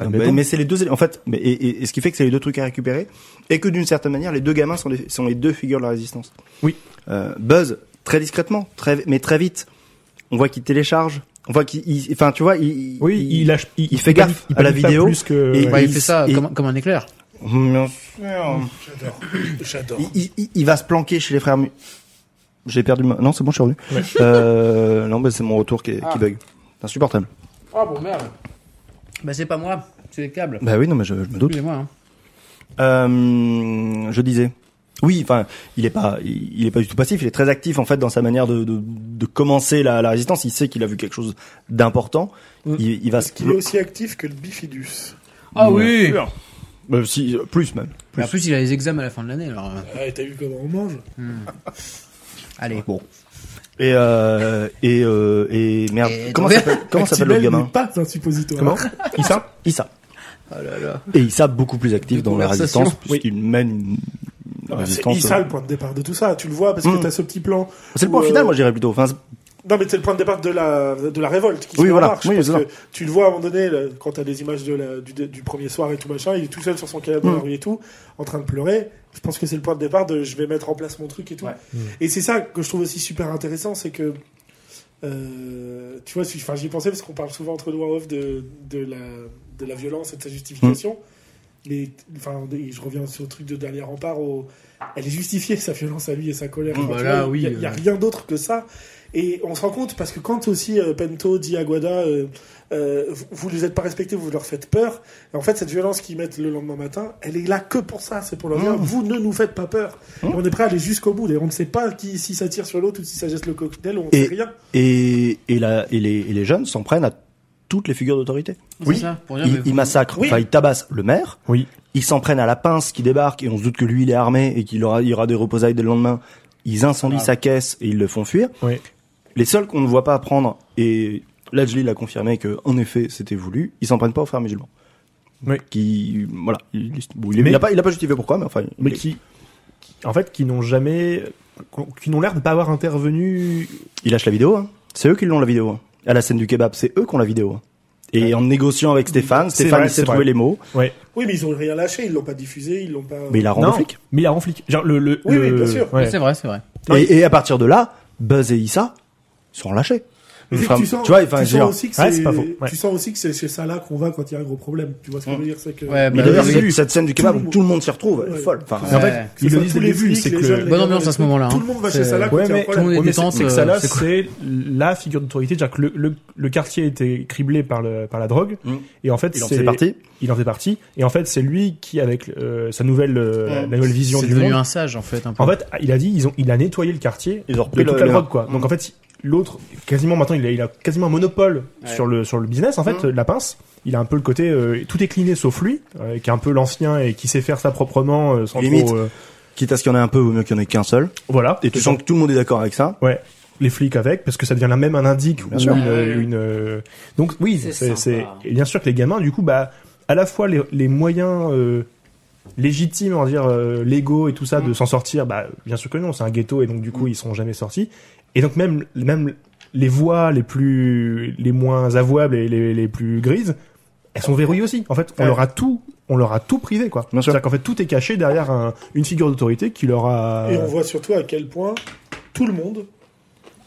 F: Admettons.
B: mais mais c'est les deux élé- en fait mais et, et- et ce qui fait que c'est les deux trucs à récupérer et que d'une certaine manière les deux gamins sont les, sont les deux figures de la résistance.
F: Oui.
B: Euh, Buzz très discrètement, très mais très vite. On voit qu'il télécharge, on voit qu'il il- enfin tu vois, il
F: Oui, il, lâche, il,
B: il fait gaffe
F: il
B: à la
F: panique pas
B: vidéo
F: Plus que, euh,
B: et-
D: bah, il
B: il-
D: fait ça
B: il-
D: comme, comme un éclair.
B: Bien sûr.
C: J'adore.
B: Il, il- il- il va se planquer chez les frères Mu. J'ai perdu ma... Non, c'est bon, je suis revenu.
F: Ouais.
B: Euh, non, bah, c'est mon retour qui, est-
D: Ah.
B: qui bug. C'est insupportable.
D: Ah bon, merde. Bah, c'est pas moi, c'est les câbles.
B: Bah oui, non, mais je, je me doute.
D: Excusez-moi. hein.
B: Euh, je disais. Oui, enfin, il est pas, il, il est pas du tout passif. Il est très actif en fait dans sa manière de, de, de commencer la, la résistance. Il sait qu'il a vu quelque chose d'important.
D: Mm.
B: Il, il va se.
C: Est-ce qu'il est aussi actif que le bifidus
D: Ah
B: Bien
D: oui
B: sûr. Euh, si, euh, plus même.
D: Mais En plus, il a les examens à la fin de l'année, alors. euh,
C: Ah, t'as vu comment on mange
D: Allez. Bon.
B: Et euh, et euh, et merde.
D: Et
B: comment
D: donc-
B: s'appelle comment s'appelle le
C: Actimel
B: gamin
C: n'est pas un suppositoire.
F: Comment Issa
B: Issa.
D: Oh là là.
B: Et Issa beaucoup plus actif
D: De
B: dans la
D: conversation.
B: résistance puisqu'il mène une- une
C: Ah bah, C'est
B: résistance. euh.
C: il ça le point de départ de tout ça, tu le vois, parce que
B: Mm.
C: t'as ce petit plan.
B: C'est le point
C: Ou, euh,
B: final, moi j'irais plutôt. Enfin, c'est-
C: Non, mais c'est le point de départ de la, de la révolte qui
B: Oui,
C: se met en
B: voilà.
C: marche.
B: Oui,
C: parce
B: c'est ça.
C: que tu le vois à un moment donné, là, quand t'as des images de la- du, du premier soir et tout machin, il est tout seul sur son canapé dans la
B: Mm.
C: rue et tout, en train de pleurer. Je pense que c'est le point de départ de je vais mettre en place mon truc et tout.
B: Ouais.
C: Et c'est ça que je trouve aussi super intéressant, c'est que. euh, tu vois, si- enfin, j'y pensais parce qu'on parle souvent entre nous en off de, de, la, de la violence et de sa justification.
D: Mm.
C: Mais enfin, et je reviens sur le truc de dernier rempart. Au... Elle est justifiée, sa violence à lui et sa colère.
B: Mmh,
C: Enfin,
D: bah
C: tu
D: là,
C: vois,
D: oui,
C: Il n'y a,
D: euh.
C: rien d'autre que ça. Et on se rend compte, parce que quand aussi euh, Pento dit à Guada, euh, euh, vous- vous ne les êtes pas respectés, vous leur faites peur, et en fait, cette violence qu'ils mettent le lendemain matin, elle est là que pour ça. C'est pour leur dire,
D: Mm.
C: vous ne nous faites pas peur. Et on est prêt à aller jusqu'au bout. Et on ne sait pas qui, si ça tire sur l'autre ou si ça jette le cocktail, on ne
B: Et-
C: sait rien.
B: et et, la, et, les, et les jeunes s'en prennent à toutes les figures d'autorité.
D: Oui. C'est ça, pour dire, Ah, mais
B: Ils,
D: vous-
B: ils massacrent,
C: Oui.
B: enfin ils tabassent le maire.
F: Oui.
B: Ils s'en prennent à la pince qui débarque et on se doute que lui il est armé et qu'il aura, il y aura des reposailles dès le lendemain. Ils incendient
D: Ah.
B: sa caisse et ils le font fuir.
F: Oui.
B: Les seuls qu'on ne voit pas prendre et Lajli l'a confirmé que en effet c'était voulu. Ils s'en prennent pas aux frères musulmans.
F: Oui.
B: Qui voilà, il, bon, il est-
F: Mais-
B: il a pas, il a pas justifié pourquoi, mais enfin.
F: mais
B: il-
F: qui, qui- en fait qui n'ont jamais qui n'ont l'air de pas avoir intervenu
B: Ils lâchent la vidéo, hein. c'est eux qui l'ont la vidéo. hein. À la scène du kebab, c'est eux qui ont la vidéo. hein. Et en négociant avec Stéphane,
F: C'est
B: Stéphane
F: vrai,
B: il s'est
F: c'est
B: trouvé
F: vrai.
B: les mots,
F: ouais
C: Oui, mais ils n'ont rien lâché, ils l'ont pas diffusé, ils l'ont pas.
B: mais il a rendu
F: Non,
B: flic.
F: mais il a renflic genre le, le
C: Oui, oui,
F: le-
C: bien sûr.
F: ouais.
D: C'est vrai, c'est vrai.
F: Non,
B: Et, et à partir de là, Buzz et Issa sont lâchés.
C: Mais c'est que
B: Enfin,
C: tu sens,
B: tu vois, enfin,
C: tu
B: je
C: sens
B: veux dire,
C: aussi que
F: ouais,
C: c'est,
F: c'est pas faux, ouais.
C: tu sens aussi que c'est chez ça là qu'on va quand il y a un gros problème. Tu vois ce que je veux dire, c'est que.
D: Ouais,
B: Mais
D: bah,
B: d'ailleurs,
D: oui,
B: euh, cette-
D: oui.
B: cette scène du
C: Tout
B: kebab
C: le
B: où
C: monde-
B: tout le monde s'y retrouve, elle est
C: Ouais.
B: folle. Enfin,
F: Mais en
D: Ouais.
F: fait,
C: Que ce
F: ils le
C: soit
F: disent
C: tous
F: dès
C: les
F: le début,
C: flics,
F: c'est
C: les
F: que
C: jeunes, les
D: Bonne
C: gamins,
D: ambiance
C: les
D: à ce
C: trucs,
D: moment-là,
C: Tout
D: hein.
C: le monde va
D: C'est-
C: chez ça là quand
F: Ouais,
C: il y a un
F: mais
D: Tout le
C: problème.
D: monde est
F: le
D: détente,
F: détente, c'est que
D: euh,
F: ça là,
D: c'est quoi
F: c'est la figure d'autorité, c'est-à-dire que le, le, le quartier était criblé par, le, par la drogue,
B: Mm.
F: et en fait,
B: il en
F: c'est-
B: fait partie.
F: Il en fait partie, et en fait, c'est lui qui, avec euh, sa nouvelle, euh, la nouvelle vision
D: C'est
F: du
D: devenu
F: monde,
D: un sage, en fait, un peu.
F: en fait, il a dit, ils ont, il a nettoyé le quartier
B: Ils ont
F: de
B: repris
F: toute
B: le- Mm.
F: la
B: le-
F: drogue, quoi. Donc en fait, l'autre, quasiment maintenant, il a, il a quasiment un monopole
D: Ouais.
F: sur le sur le business, en fait,
B: Mm.
F: de la pince. Il a un peu le côté, euh, tout est cliné sauf lui, euh, qui est un peu l'ancien et qui sait faire ça proprement, euh, sans
B: Limite.
F: trop. euh,
B: Quitte à ce qu'il y en ait un peu, vaut mieux qu'il y en ait qu'un seul.
F: voilà.
B: Et tu sens que tout le monde est d'accord avec ça.
F: Ouais. Les flics avec, parce que ça devient la même un indique ou
B: sûr.
F: une,
D: Ouais.
F: une, euh, Donc oui,
D: C'est
F: c'est c'est-
D: sympa.
F: et bien sûr que les gamins, du coup, bah à la fois les, les moyens euh, légitimes, on va dire euh, légaux et tout
D: Mm.
F: ça, de s'en sortir, bah bien sûr que non, c'est un ghetto et donc du coup ils seront jamais sortis. Et donc même même les voies les plus les moins avouables et les, les plus grises, elles sont verrouillées aussi. En fait, on
C: Ouais.
F: leur a tout on leur a tout privé quoi.
B: Bien sûr.
F: C'est-à-dire qu'en fait tout est caché derrière un- une figure d'autorité qui leur a
C: Et on voit surtout à quel point tout le monde,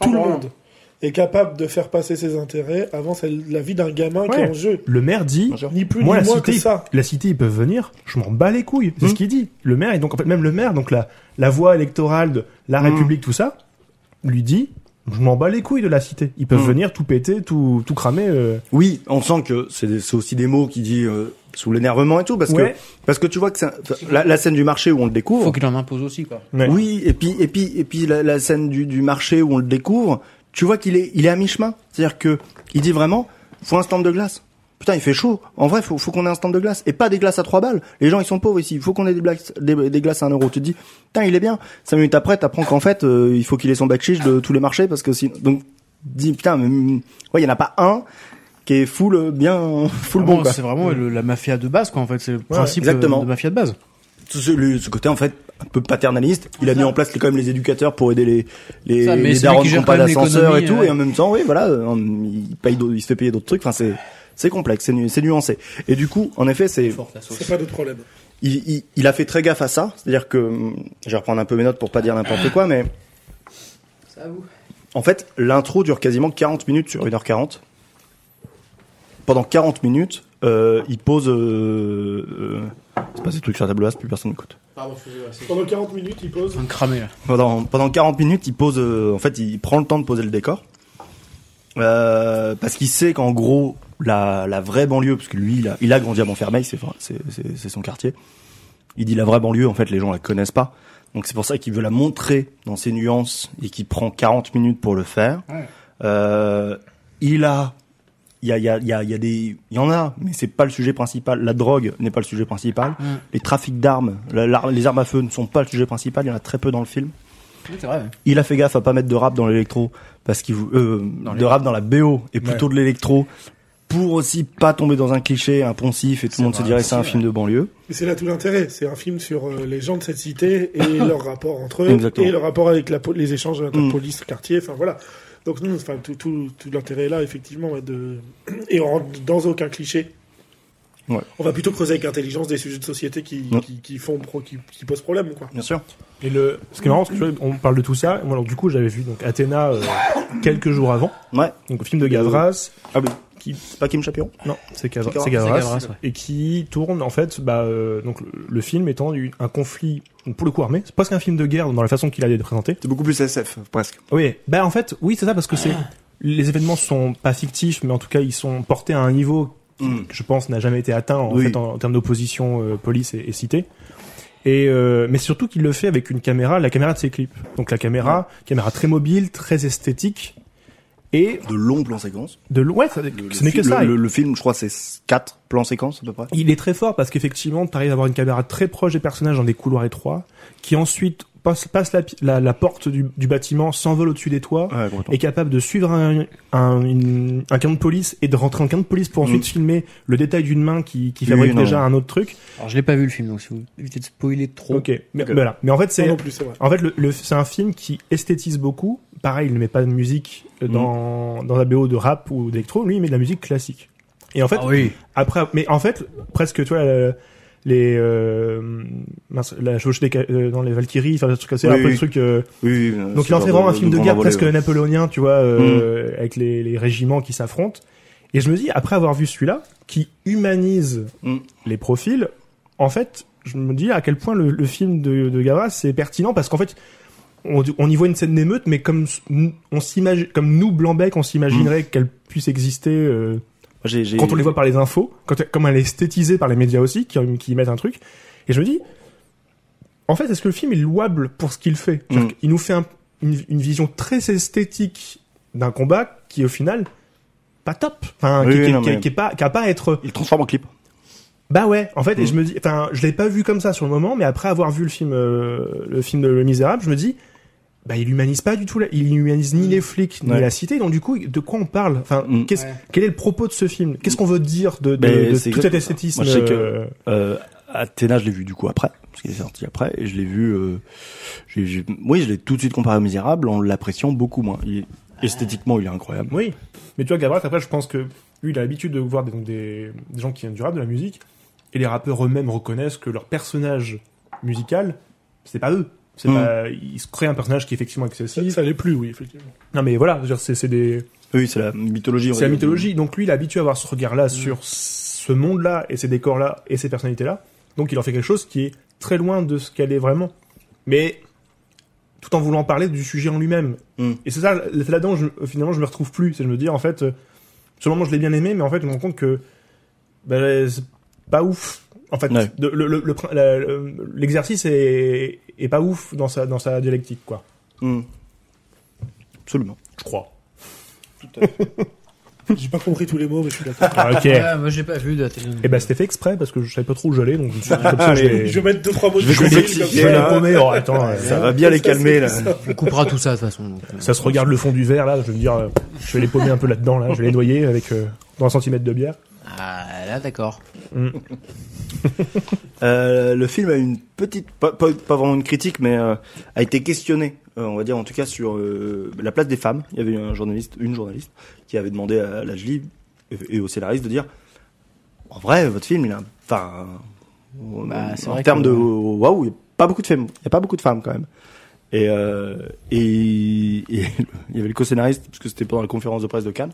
C: tout
D: Ah,
C: le
D: vraiment.
C: monde, est capable de faire passer ses intérêts avant celle- la vie d'un gamin qui
F: Ouais.
C: est en jeu.
F: Le maire dit,
C: Ni plus
F: moi,
C: ni
F: la
C: moins
F: cité,
C: que ça.
F: la cité, ils peuvent venir, je m'en bats les couilles. C'est
B: Mm.
F: ce qu'il dit. Le maire, et donc, en fait, même le maire, donc la, la voix électorale de la
B: Mm.
F: République, tout ça, lui dit, je m'en bats les couilles de la cité. Ils peuvent
B: Mm.
F: venir tout péter, tout, tout cramer. euh.
B: Oui, on sent que c'est des- c'est aussi des mots qui dit euh, sous l'énervement et tout parce
F: Ouais.
B: que parce que tu vois que c'est un- la, la scène du marché où on le découvre.
D: Faut qu'il en impose aussi, quoi.
F: Ouais.
B: Oui, et puis et puis et puis la, la scène du, du marché où on le découvre, tu vois qu'il est il est à mi-chemin, c'est-à-dire que il dit vraiment faut un stand de glace. Putain, il fait chaud. En vrai, faut, faut qu'on ait un stand de glace et pas des glaces à trois balles. Les gens, ils sont pauvres ici. Il faut qu'on ait des, blagues- des, des glaces à un euro. Tu te dis, putain, il est bien. Cinq minutes après, t'apprends qu'en fait, euh, il faut qu'il ait son bac chiche de tous les marchés parce que sinon, donc, dis putain, mais mm, ouais, il y en a pas un qui est full euh, bien full
D: Vraiment,
B: bon. quoi.
D: Ah c'est vraiment le- la mafia de base, quoi, en fait. C'est le principe de,
B: exactement.
D: de mafia de base.
B: Ce, ce- ce côté en fait un peu paternaliste. Il a mis en place quand même les éducateurs pour aider les les,
D: Ça, mais
B: les
D: c'est lui
B: darons
D: qui
B: qui
D: gère
B: n'ont pas
D: quand même
B: d'ascenseur et tout.
D: l'économie, ouais.
B: Et en même temps, oui, voilà, euh, il paye, d'autres- il se fait payer d'autres trucs. Enfin, c'est c'est complexe, c'est nu- c'est nuancé. Et du coup, en effet, c'est
C: C'est pas d'autre problème.
B: il, il- il a fait très gaffe à ça. C'est-à-dire que hum, je vais reprendre un peu mes notes pour pas dire n'importe quoi, mais en fait, l'intro dure quasiment 40 minutes sur 1h40. Pendant 40 minutes, euh, il pose. Euh, euh, c'est pas ces trucs sur la table basse, plus personne n'écoute.
C: Pendant 40 minutes, il pose.
D: Un cramé, là.
B: Pendant, pendant 40 minutes, il pose. euh, en fait, il prend le temps de poser le décor. Euh, parce qu'il sait qu'en gros, la, la vraie banlieue, parce que lui, il a, il a grandi à Montfermeil, c'est, c'est, c'est- c'est son quartier. Il dit la vraie banlieue, en fait, les gens la connaissent pas. Donc c'est pour ça qu'il veut la montrer dans ses nuances et qu'il prend 40 minutes pour le faire. Euh, il a. Il y, a, il, y a, il y a- il y a des. Il y en a, mais c'est pas le sujet principal. La drogue n'est pas le sujet principal.
D: Mm.
B: Les trafics d'armes, la- l'ar- les armes à feu ne sont pas le sujet principal. Il y en a très peu dans le film.
D: Oui, c'est vrai.
B: Il a fait gaffe à pas mettre de rap dans l'électro parce qu'il vou- euh, de rap dans la BO et plutôt de l'électro pour aussi pas tomber dans un cliché, un poncif et tout le monde se dirait c'est un film de banlieue.
C: Et c'est là tout l'intérêt. C'est un film sur euh, les gens de cette cité et leur rapport entre eux
B: Exactement.
C: et leur rapport avec la, po- les échanges avec
B: Mm.
C: la police, le quartier. Enfin voilà. Donc nous, enfin tout, tout, tout l'intérêt est là effectivement ouais, de et on rentre dans aucun cliché.
B: Ouais.
C: On va plutôt creuser avec intelligence des sujets de société qui,
B: Ouais.
C: qui, qui font pro- qui, qui posent problème quoi.
B: Bien sûr.
F: Et le, ce qui est marrant, c'est que tu vois, on parle de tout ça. Moi, alors, du coup, j'avais vu, donc, Athéna, euh, quelques jours avant.
B: Ouais.
F: Donc, le film de Gavras.
B: Ah oui.
F: Qui,
B: C'est pas Kim Chapiron.
F: non, c'est Gavras.
B: Gavras.
F: C'est Gavras.
D: C'est Gavras, ouais.
F: Et qui tourne, en fait, bah, euh, donc, le, le film étant une- un conflit, donc, pour le coup, armé. C'est presque un film de guerre dans la façon qu'il a été présenté.
B: C'est beaucoup plus SF presque.
F: Oui, bah en fait, oui, c'est ça parce que c'est les événements sont pas fictifs, mais en tout cas, ils sont portés à un niveau
B: Mm.
F: que je pense n'a jamais été atteint en,
B: Oui.
F: fait, en, en termes d'opposition euh, police et, et cité. Et euh, mais surtout qu'il le fait avec une caméra, la caméra de ses clips. Donc la caméra, caméra très mobile, très esthétique et
B: De longs plans séquences.
F: de loin, ça-
B: Le- le
F: ce n'est que
B: fi-
F: ça.
B: Le, le- le film, je crois, c'est quatre plans séquences à peu près.
F: Il est très fort parce qu'effectivement, tu arrives à avoir une caméra très proche des personnages dans des couloirs étroits, qui ensuite passe, passe la, pi- la- la porte du, du bâtiment, s'envole au-dessus des toits,
B: Ouais, complètement.
F: est capable de suivre un, un, une- un camion de police et de rentrer en camion de police pour ensuite
B: Mm.
F: filmer le détail d'une main qui, qui
B: Oui,
F: fabrique
B: non.
F: déjà un autre truc.
D: Alors, je l'ai pas vu, le film, donc si vous évitez de spoiler
B: Oh,
D: trop.
F: Ok, mais, voilà. Mais en fait,
C: Non,
F: c'est
C: non plus c'est vrai.
F: en fait le, le- c'est un film qui esthétise beaucoup. Pareil, il ne met pas de musique euh,
B: Mm.
F: dans dans la BO de rap ou d'électro. Lui, il met de la musique classique. Et en fait,
D: Ah oui.
F: après, mais en fait, presque, tu vois, euh, les, euh, mince, la chauche des, ca- euh, dans les Valkyries, enfin, des trucs comme ça,
B: Oui,
F: un peu
B: oui.
F: le truc, euh,
B: Oui, oui,
F: donc
B: c'est
F: il en fait
B: genre
F: vraiment
B: de-
F: un film de
B: de prendre à
F: guerre
B: voler,
F: presque
B: ouais. Mm.
F: napoléonien, tu vois, euh, avec les, les régiments qui s'affrontent. Et je me dis, après avoir vu celui-là, qui humanise
B: Mm.
F: les profils, en fait, je me dis à quel point le, le film de, de Gavras c'est pertinent parce qu'en fait, on, on y voit une scène d'émeute, mais comme s- nous- on s'imagine, comme nous Blanbec, on s'imaginerait
B: Mm.
F: qu'elle puisse exister euh,
B: J'ai- j'ai-
F: quand on les voit par les infos, quand, comme elle est esthétisée par les médias aussi, qui, qui y mettent un truc. Et je me dis, en fait, est-ce que le film est louable pour ce qu'il fait C'est-à-dire
B: Mm.
F: qu'il nous fait un- une, une vision très esthétique d'un combat qui, est au final, pas top. Enfin,
B: Oui,
F: qui,
B: oui,
F: qui-
B: non,
F: qui-
B: mais-
F: qui est pas, qui a pas à être.
B: Il le transforme en clip.
F: Bah ouais. En fait,
B: Mm.
F: et je me dis, enfin, je l'ai pas vu comme ça sur le moment, mais après avoir vu le film, euh, le film de Le Misérable, je me dis. Bah, il humanise pas du tout, la- il humanise ni les flics, ni
B: Mm. Ouais.
F: la cité, donc du coup, de quoi on parle? Enfin,
B: Mm.
F: qu'est-ce,
D: Ouais.
F: quel est le propos de ce film Qu'est-ce qu'on veut dire de, de,
B: Ben,
F: de
B: c'est
F: tout cet
B: exactement ça.
F: esthétisme
B: Moi, je sais que-
F: euh,
B: Euh, Athéna, je l'ai vu du coup après, parce qu'il est sorti après, et je l'ai vu. Euh, j'ai- j'ai- oui, je l'ai tout de suite comparé au Misérable en l'appréciant beaucoup moins. Il est- esthétiquement, il est incroyable.
F: Oui. Mais tu vois, Gavras, après, je pense que lui, il a l'habitude de voir des, donc des, des gens qui aiment du rap, de la musique, et les rappeurs eux-mêmes reconnaissent que leur personnage musical, c'est pas eux. C'est
B: Mhm.
F: pas- il se crée un personnage qui est effectivement
C: Ça,
F: excessif.
C: ça allait plus, oui, effectivement.
F: Non mais voilà, je veux dire, c'est c'est des,
B: Oui, c'est la mythologie. on
F: c'est la
B: va dire.
F: mythologie. Donc lui, il est habitué à avoir ce
B: Mm.
F: regard-là sur ce monde-là et ces décors-là et ces personnalités-là. Donc il en fait quelque chose qui est très loin de ce qu'elle est vraiment. Mais tout en voulant parler du sujet en lui-même.
B: Mm.
F: Et c'est ça, c'est là-dedans, je, finalement, je me retrouve plus. C'est de me dire, en fait, euh, sur le moment, je l'ai bien aimé, mais en fait, je me rends compte que ben, c'est pas ouf. En fait,
B: Ouais.
F: de- le- le- le prin- la- le- l'exercice est, est pas ouf dans sa, dans sa dialectique, quoi.
B: Mm. Absolument.
F: Je crois.
C: J'ai pas compris tous les mots, mais je suis d'accord.
F: ok.
D: Ouais, moi j'ai pas vu de la télé.
B: Eh
F: Et ben c'était fait exprès parce que je savais pas trop où j'allais donc je me suis dit, comme ça, je vais-
C: Je vais mettre deux, trois mots
B: Je vais
C: dessus,
B: complexifier,
C: comme
F: je vais
C: ça.
F: la paumer. Oh, attends, euh,
B: Ça
F: ça,
B: va bien les calmer là.
D: Euh, On coupera tout ça de toute façon. donc, euh.
F: ça se regarde le fond du verre là. Je vais me dire, euh, je vais les paumer un peu là-dedans là. Je vais les noyer avec euh, dans un centimètre de bière.
D: Ah là d'accord.
B: Euh, le film a une petite, pas, pas, pas vraiment une critique, mais euh, a été questionné, euh, on va dire en tout cas sur euh, la place des femmes. Il y avait un journaliste, une journaliste, qui avait demandé à la Julie et au scénariste de dire, en vrai, votre film, il a, enfin, on-
D: Bah, c'est
B: en
D: vrai
B: termes
D: que-
B: de, waouh, il n'y a pas beaucoup de femmes, il y a pas beaucoup de femmes quand même. Et, euh, et, et il y avait le co-scénariste, parce que c'était pendant la conférence de presse de Cannes.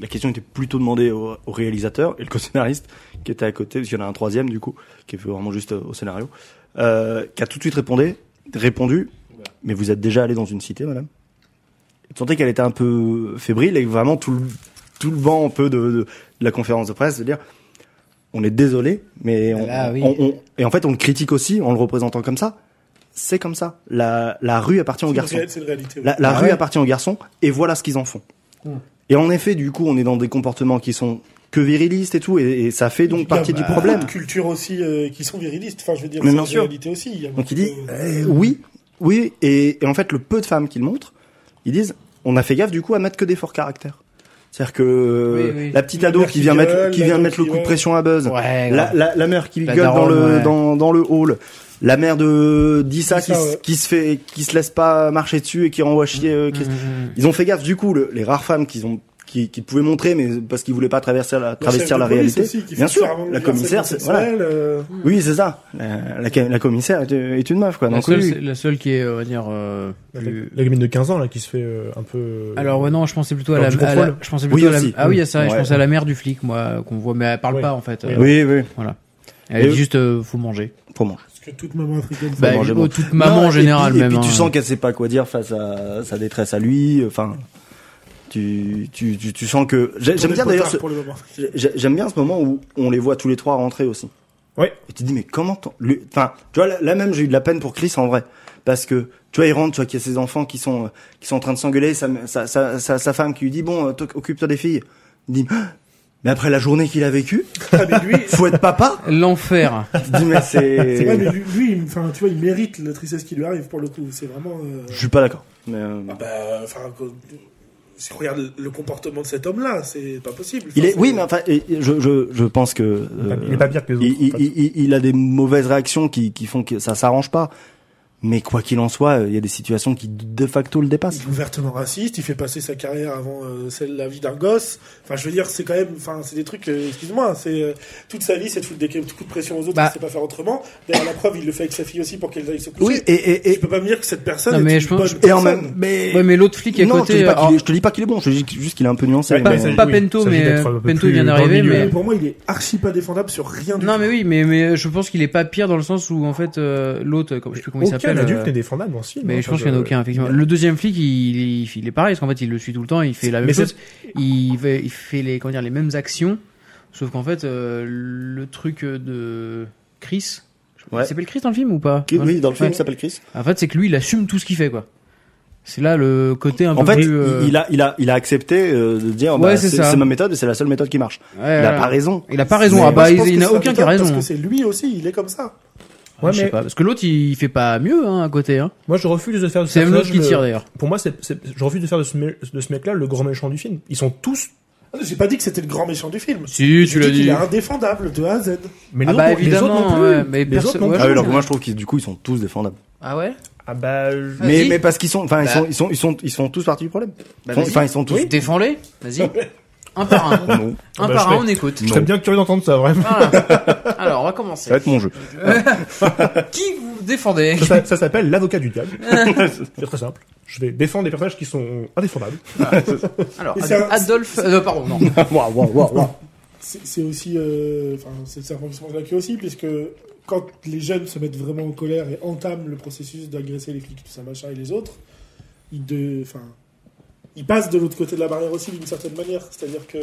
B: La question était plutôt demandée au, au réalisateur et le co-scénariste qui était à côté, parce qu'il y en a un troisième du coup, qui est vraiment juste euh, au scénario, euh, qui a tout de suite répondu, répondu mais vous êtes déjà allé dans une cité, madame Et sentais qu'elle était un peu fébrile et vraiment tout le, tout le vent un peu de, de- de la conférence de presse, de dire on est désolé, mais on,
D: Là, oui.
B: on- on- et en fait on le critique aussi en le représentant comme ça. C'est comme ça. La, la rue appartient aux
C: C'est une
B: garçons.
C: réa- C'est une réalité. oui.
B: La, la
G: Ah
B: rue
G: ouais.
B: appartient aux garçons et voilà ce qu'ils en font. Et en effet, du coup, on est dans des comportements qui sont que virilistes et tout, et, et ça fait donc
C: Il y a
B: partie du
C: beaucoup
B: problème.
C: de cultures aussi euh, qui sont virilistes. Enfin, je veux dire,
B: Mais
C: c'est
B: bien
C: une
B: sûr.
C: réalité aussi. Il y a
B: Donc
C: beaucoup
B: il dit
C: de-
B: euh, oui, oui, et, et en fait le peu de femmes qu'il montre, ils disent on a fait gaffe du coup à mettre que des forts caractères. C'est-à-dire que euh,
D: Oui, oui.
B: la petite
C: La
B: ado
C: mère
B: qui
C: qui
B: vient
C: gueule,
B: mettre qui
C: la
B: vient
C: mère
B: mettre le
C: qui-
B: coup de
C: ouais.
B: pression à Buzz,
D: Ouais.
B: la,
D: grave.
B: la, la mère qui
D: La
B: gueule dans le
D: daronne, ouais.
B: dans, dans le hall, la mère de Dissa qui,
C: Dissa,
B: s-
C: ouais. Mmh.
B: qui se fait qui se laisse pas marcher dessus et qui renvoie chier euh, Christ-
D: Mhm.
B: Ils ont fait gaffe du coup le- les rares femmes qu'ils ont qui, qui pouvaient montrer mais parce qu'ils voulaient pas traverser la travestir
C: chef
B: la
C: de police
B: réalité.
C: aussi, qui
B: Bien
C: fait
B: sûr,
C: serment de
B: la
C: harcèlement
B: commissaire c'est voilà.
C: sexuel, euh,
B: Mm. Oui, c'est ça. La, la- la commissaire est, est une meuf quoi.
D: La
B: Donc
D: seule,
B: oui,
D: c'est- la seule qui est, on va dire. euh, plus-
F: La gamine de 15 ans là qui se fait euh, un peu.
D: Alors ouais non, je pensais plutôt à
F: Lors
D: la,
F: du
D: à
F: contrôle
D: la- je pensais plutôt
B: Oui,
D: à la-
B: aussi.
D: ah oui, à ça, je
B: Ouais.
D: pensais à la mère du flic moi qu'on voit mais elle parle
F: Oui.
D: pas en fait. Euh,
B: oui, oui.
D: Elle
B: Et-
D: dit juste euh, faut manger.
B: Pour moi.
C: Parce que toute maman africaine.
D: Bah,
B: manger,
D: euh,
B: bon.
D: toute maman
B: Non,
D: en
B: et
D: général
B: puis-
D: même.
B: Et puis tu
D: hein.
B: sens qu'elle sait pas quoi dire face à sa détresse à lui. Enfin, tu tu tu, tu sens que j'ai- j'aime bien d'ailleurs. ce-
C: Pour le moment.
B: j'ai- J'aime bien ce moment où on les voit tous les trois rentrer aussi.
F: Ouais.
B: Et tu te dis mais comment t'en- lui- Enfin, tu vois là, là même j'ai eu de la peine pour Chris en vrai parce que tu vois il rentre, tu vois qu'il y a ses enfants qui sont euh, qui sont en train de s'engueuler, sa, sa, sa, sa, sa femme qui lui dit bon euh, t'oc- occupe-toi des filles. Il dit mais après la journée qu'il a vécue,
C: Ah, mais lui,
B: faut être papa.
D: L'enfer.
B: Tu te dis mais
C: c'est vrai,
B: c'est.
C: mais lui, lui, il- enfin, tu vois, il mérite la tristesse qui lui arrive pour le coup. C'est vraiment. euh,
B: Je suis pas d'accord. Mais euh,
C: Ah bah, enfin, quand- si on regarde le comportement de cet homme-là, c'est pas possible.
B: Il est,
C: Enfin,
B: oui,
C: c'est-
B: mais enfin, et- et je, je, je pense que euh,
F: il est pas pire que les autres.
B: il,
F: en fait.
B: il- il- il a des mauvaises réactions qui, qui font que ça s'arrange pas. Mais quoi qu'il en soit, euh, il y a des situations qui de facto le dépassent.
C: Il est ouvertement raciste, il fait passer sa carrière avant euh, celle la vie d'un gosse. Enfin, je veux dire, c'est quand même, enfin, c'est des trucs. euh, Excuse-moi, c'est euh, toute sa vie, c'est de foutre des coups de pression aux autres,
D: Bah.
C: il sait pas faire autrement. D'ailleurs, la preuve, il le fait avec sa fille aussi pour qu'elle aille se coucher.
B: Oui, et, et,
C: Tu
B: et,
C: peux pas me dire que cette personne
D: Non,
C: est
D: mais
C: une
D: je pense-
C: bonne
B: et en
C: personne.
B: même, mais,
D: Ouais mais l'autre flic à
B: non,
D: côté. oh.
B: je te dis pas
D: alors,
B: qu'il est, je te dis pas qu'il est bon, je te dis juste qu'il est un peu nuancé.
F: Ouais,
B: mais-
D: pas,
F: il s'agit-
D: pas
F: oui,
D: Pento
F: il s'agit
D: mais
F: d'être un
D: euh,
F: peu
D: Pento
F: plus
D: vient
F: dans le
D: d'arriver
F: milieu.
D: mais
C: Pour moi, il est archi pas défendable sur rien du
D: non
C: tout.
D: mais oui mais mais je pense qu'il est pas pire dans le sens où en fait euh, l'autre comme je sais plus comment il
F: aucun
D: s'appelle.
F: adulte
D: euh,
F: n'est défendable en film.
D: Mais
F: hein,
D: je pense
F: enfin,
D: qu'il y en a aucun, effectivement. Le deuxième flic, il, il, il est pareil, parce qu'en fait, il le suit tout le temps, il fait la même
F: Mais
D: chose. Il, fait- il fait les, comment dire, les mêmes actions, sauf qu'en fait, euh, le truc de Chris,
B: Ouais.
D: il s'appelle Chris dans le film ou pas
B: Qui- oui, dans le film,
D: Ouais.
B: il s'appelle Chris.
D: En fait, c'est que lui, il assume tout ce qu'il fait, quoi. C'est là le côté un
B: En
D: peu
B: fait,
D: plus... euh,
B: il il a, il a, il a accepté euh, de dire, bah,
D: Ouais, c'est
B: c'est
D: ça.
B: c'est ma méthode et c'est la seule méthode qui marche.
D: ouais,
B: Il a
D: ouais.
B: pas raison.
D: Il a pas raison.
B: Mais
D: Ah
B: moi,
D: bah,
C: je
D: il
C: pense
D: il y
C: que
D: en a
C: ça
D: aucun qui a
C: m'étonne, Parce
D: raison. hein.
C: que c'est lui aussi, il est comme ça.
F: Ouais,
D: je sais
F: mais-
D: pas, parce que l'autre, il, il fait pas mieux hein, à côté. Hein.
F: Moi, je refuse de faire de ce
D: C'est même l'autre
F: personnage.
D: qui tire,
F: le-
D: d'ailleurs.
F: Pour moi, c'est- c'est- je refuse de faire de ce, me- de ce mec-là le grand méchant du film. Ils sont tous.
C: Ah non, J'ai pas dit que c'était le grand méchant du film.
D: Si,
C: Je dis qu'il est indéfendable de A à Z.
F: Mais
D: Ah
F: les
D: bah,
F: autres non- les autres non
D: évidemment,
F: plus.
D: ouais, mais
F: Les
D: perso-
F: autres non
D: ouais,
F: plus.
B: Ah oui, alors
D: ouais.
B: que moi je trouve qu'ils, du coup, ils sont tous défendables.
D: Ah ouais
F: Ah bah. je-
D: Vas-y.
B: Mais, mais parce qu'ils sont, enfin, ils
D: Bah.
B: sont, ils sont, ils sont, ils sont tous partis du problème.
D: Bah,
B: Ils sont-
D: vas-y.
B: Enfin, ils sont tous
D: Défends-les, vas-y. Un par un.
A: Non.
D: Un par
F: bah, je
D: un,
F: fais-
D: on écoute.
F: Je serais bien curieux d'entendre ça, vraiment.
D: Voilà. Alors, on va commencer.
A: Ça va être mon jeu.
D: Qui vous défendez
F: Ça, s'a- ça s'appelle l'avocat du diable. c'est très simple. Je vais défendre des personnages qui sont indéfendables.
D: Alors,
C: Et c'est un-
D: Adolphe. euh, pardon, non.
B: Waouh, waouh, waouh, waouh.
C: C'est c'est aussi, euh, enfin, c'est le serpent qui se mange la queue aussi, puisque quand les jeunes se mettent vraiment en colère et entament le processus d'agresser les flics, tout ça, machin, et les autres, ils, de, enfin, ils passent de l'autre côté de la barrière aussi d'une certaine manière. C'est-à-dire que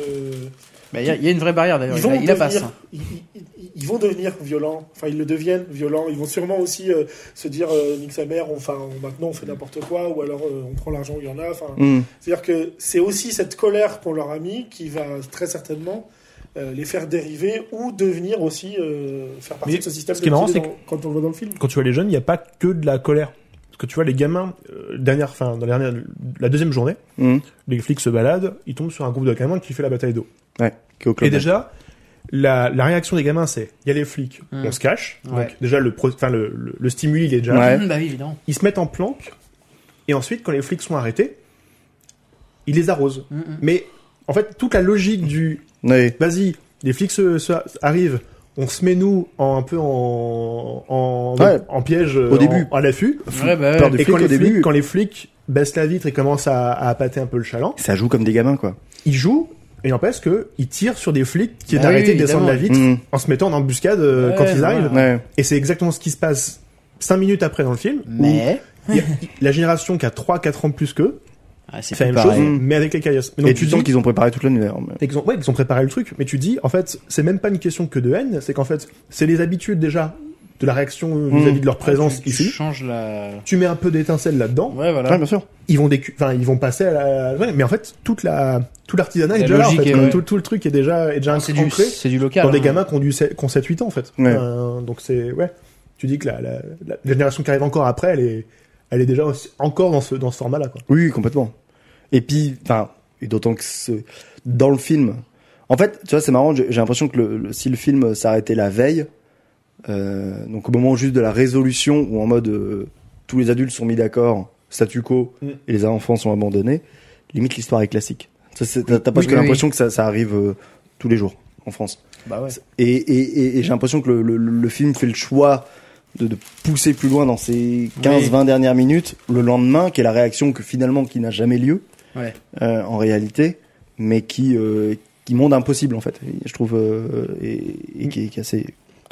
D: Bah, Il y, a- il y a une vraie barrière d'ailleurs.
C: ils
D: Il,
C: vont
D: la- il la passe.
C: devenir, ils, ils- ils- ils vont devenir violents. Enfin, ils le deviennent violents. Ils vont sûrement aussi euh, se dire, euh, nique sa mère. on- Enfin, on- maintenant on fait n'importe quoi, ou alors euh, on prend l'argent où il y en a. Enfin,
B: Hmm.
C: c'est-à-dire que c'est aussi cette colère qu'on leur a mis qui va très certainement euh, les faire dériver ou devenir aussi euh, faire partie
F: Mais
C: de ce système.
F: ce qui
C: de
F: est marrant,
C: petits
F: c'est
C: dans- quand on le voit dans le film.
F: Quand tu vois les jeunes, il n'y a pas que de la colère. Parce que tu vois les gamins, euh, dernière, fin, dans la, dernière, la deuxième journée,
B: Hmm.
F: les flics se baladent, ils tombent sur un groupe de gamins qui fait la bataille d'eau.
B: Ouais, qui est au club.
F: Et déjà, la, la réaction des gamins, c'est il y a les flics,
D: Hmm.
F: on se cache.
D: Ouais.
F: Donc déjà le, pro- enfin, le, le, le stimuli, il est déjà.
B: Ouais.
D: Mmh, Bah oui, évidemment.
F: Ils se mettent en planque. Et ensuite, quand les flics sont arrêtés, ils les arrosent.
D: Mmh, mmh.
F: Mais en fait, toute la logique du
B: Ouais.
F: vas-y, les flics se, se- arrivent, on se met nous en, un peu en, en,
B: Ouais.
F: en piège, euh,
B: Au début.
F: en, à l'affût.
D: Ouais, bah,
B: Peur
D: ouais.
B: du
F: Et
B: flic
F: quand
B: au
F: les,
B: début.
F: flics, quand les flics baissent la vitre et commencent à, à appâter un peu le chaland,
B: Ça joue comme des gamins, quoi.
F: ils jouent, et n'empêche que ils tirent sur des flics qui
D: Bah
B: Ah
F: ont arrêté
D: oui,
F: de descendre la vitre
B: Hmm.
F: en se mettant en embuscade euh,
D: Ouais,
F: quand ils
D: voilà.
F: arrivent.
B: Ouais.
F: Et c'est exactement ce qui se passe cinq minutes après dans le film. où
D: Mais.
F: il y a- la génération qui a 3-4 ans de plus qu'eux
D: Ah,
F: fait la
D: c'est
F: même
B: pareil.
F: chose,
B: Mm.
F: mais avec les caillasses. Mais
B: Et
F: donc
B: tu
F: dis- Bah.
B: sens qu'ils ont préparé toute l'univers. mais-
F: et qu'ils ont, ouais, qu'ils ont préparé le truc. Mais tu dis, en fait, c'est même pas une question que de haine, c'est qu'en fait, c'est les habitudes déjà de la réaction euh, vis-à-vis de leur présence
D: Mmh. Ah, Tu
F: ici.
D: changes la.
F: Tu mets un peu d'étincelle là-dedans,
D: Ouais, voilà.
B: Ouais, bien sûr.
F: ils vont décu- enfin, ils vont passer à la, ouais, mais en fait, toute la, tout l'artisanat est
D: La
F: déjà là, en
D: logique
F: fait.
D: est- ouais.
F: tout, tout le truc est déjà, est déjà
D: c'est du,
F: ancré
D: c'est du local.
F: dans des
D: hein.
F: gamins qui ont, du, sept- qui ont 7-8 ans, en fait.
B: Ouais.
F: Euh, donc c'est, ouais. Tu dis que la, la, la- la génération qui arrive encore après, elle est, elle est déjà aussi- encore dans ce, dans ce format-là, quoi.
B: Oui, oui, complètement. Et puis, enfin, et d'autant que ce- dans le film, en fait, tu vois, c'est marrant. J'ai j'ai l'impression que le, le- si le film s'arrêtait la veille, euh, donc au moment juste de la résolution, où en mode euh, tous les adultes sont mis d'accord, statu quo,
F: Mm.
B: et les enfants sont abandonnés, limite l'histoire est classique. Ça, c'est- T'as t'as presque
D: oui, oui.
B: l'impression que ça, ça arrive euh, tous les jours en France.
D: Bah ouais.
B: Et, et, et, et j'ai l'impression que le, le, le film fait le choix de, de pousser plus loin dans ces 15-20 dernières minutes, le lendemain, qui est la réaction que finalement qui n'a jamais lieu,
D: Ouais.
B: euh, en réalité, mais qui, euh, qui monte impossible en fait, Et je trouve, euh, et, et qui, est- qui est assez,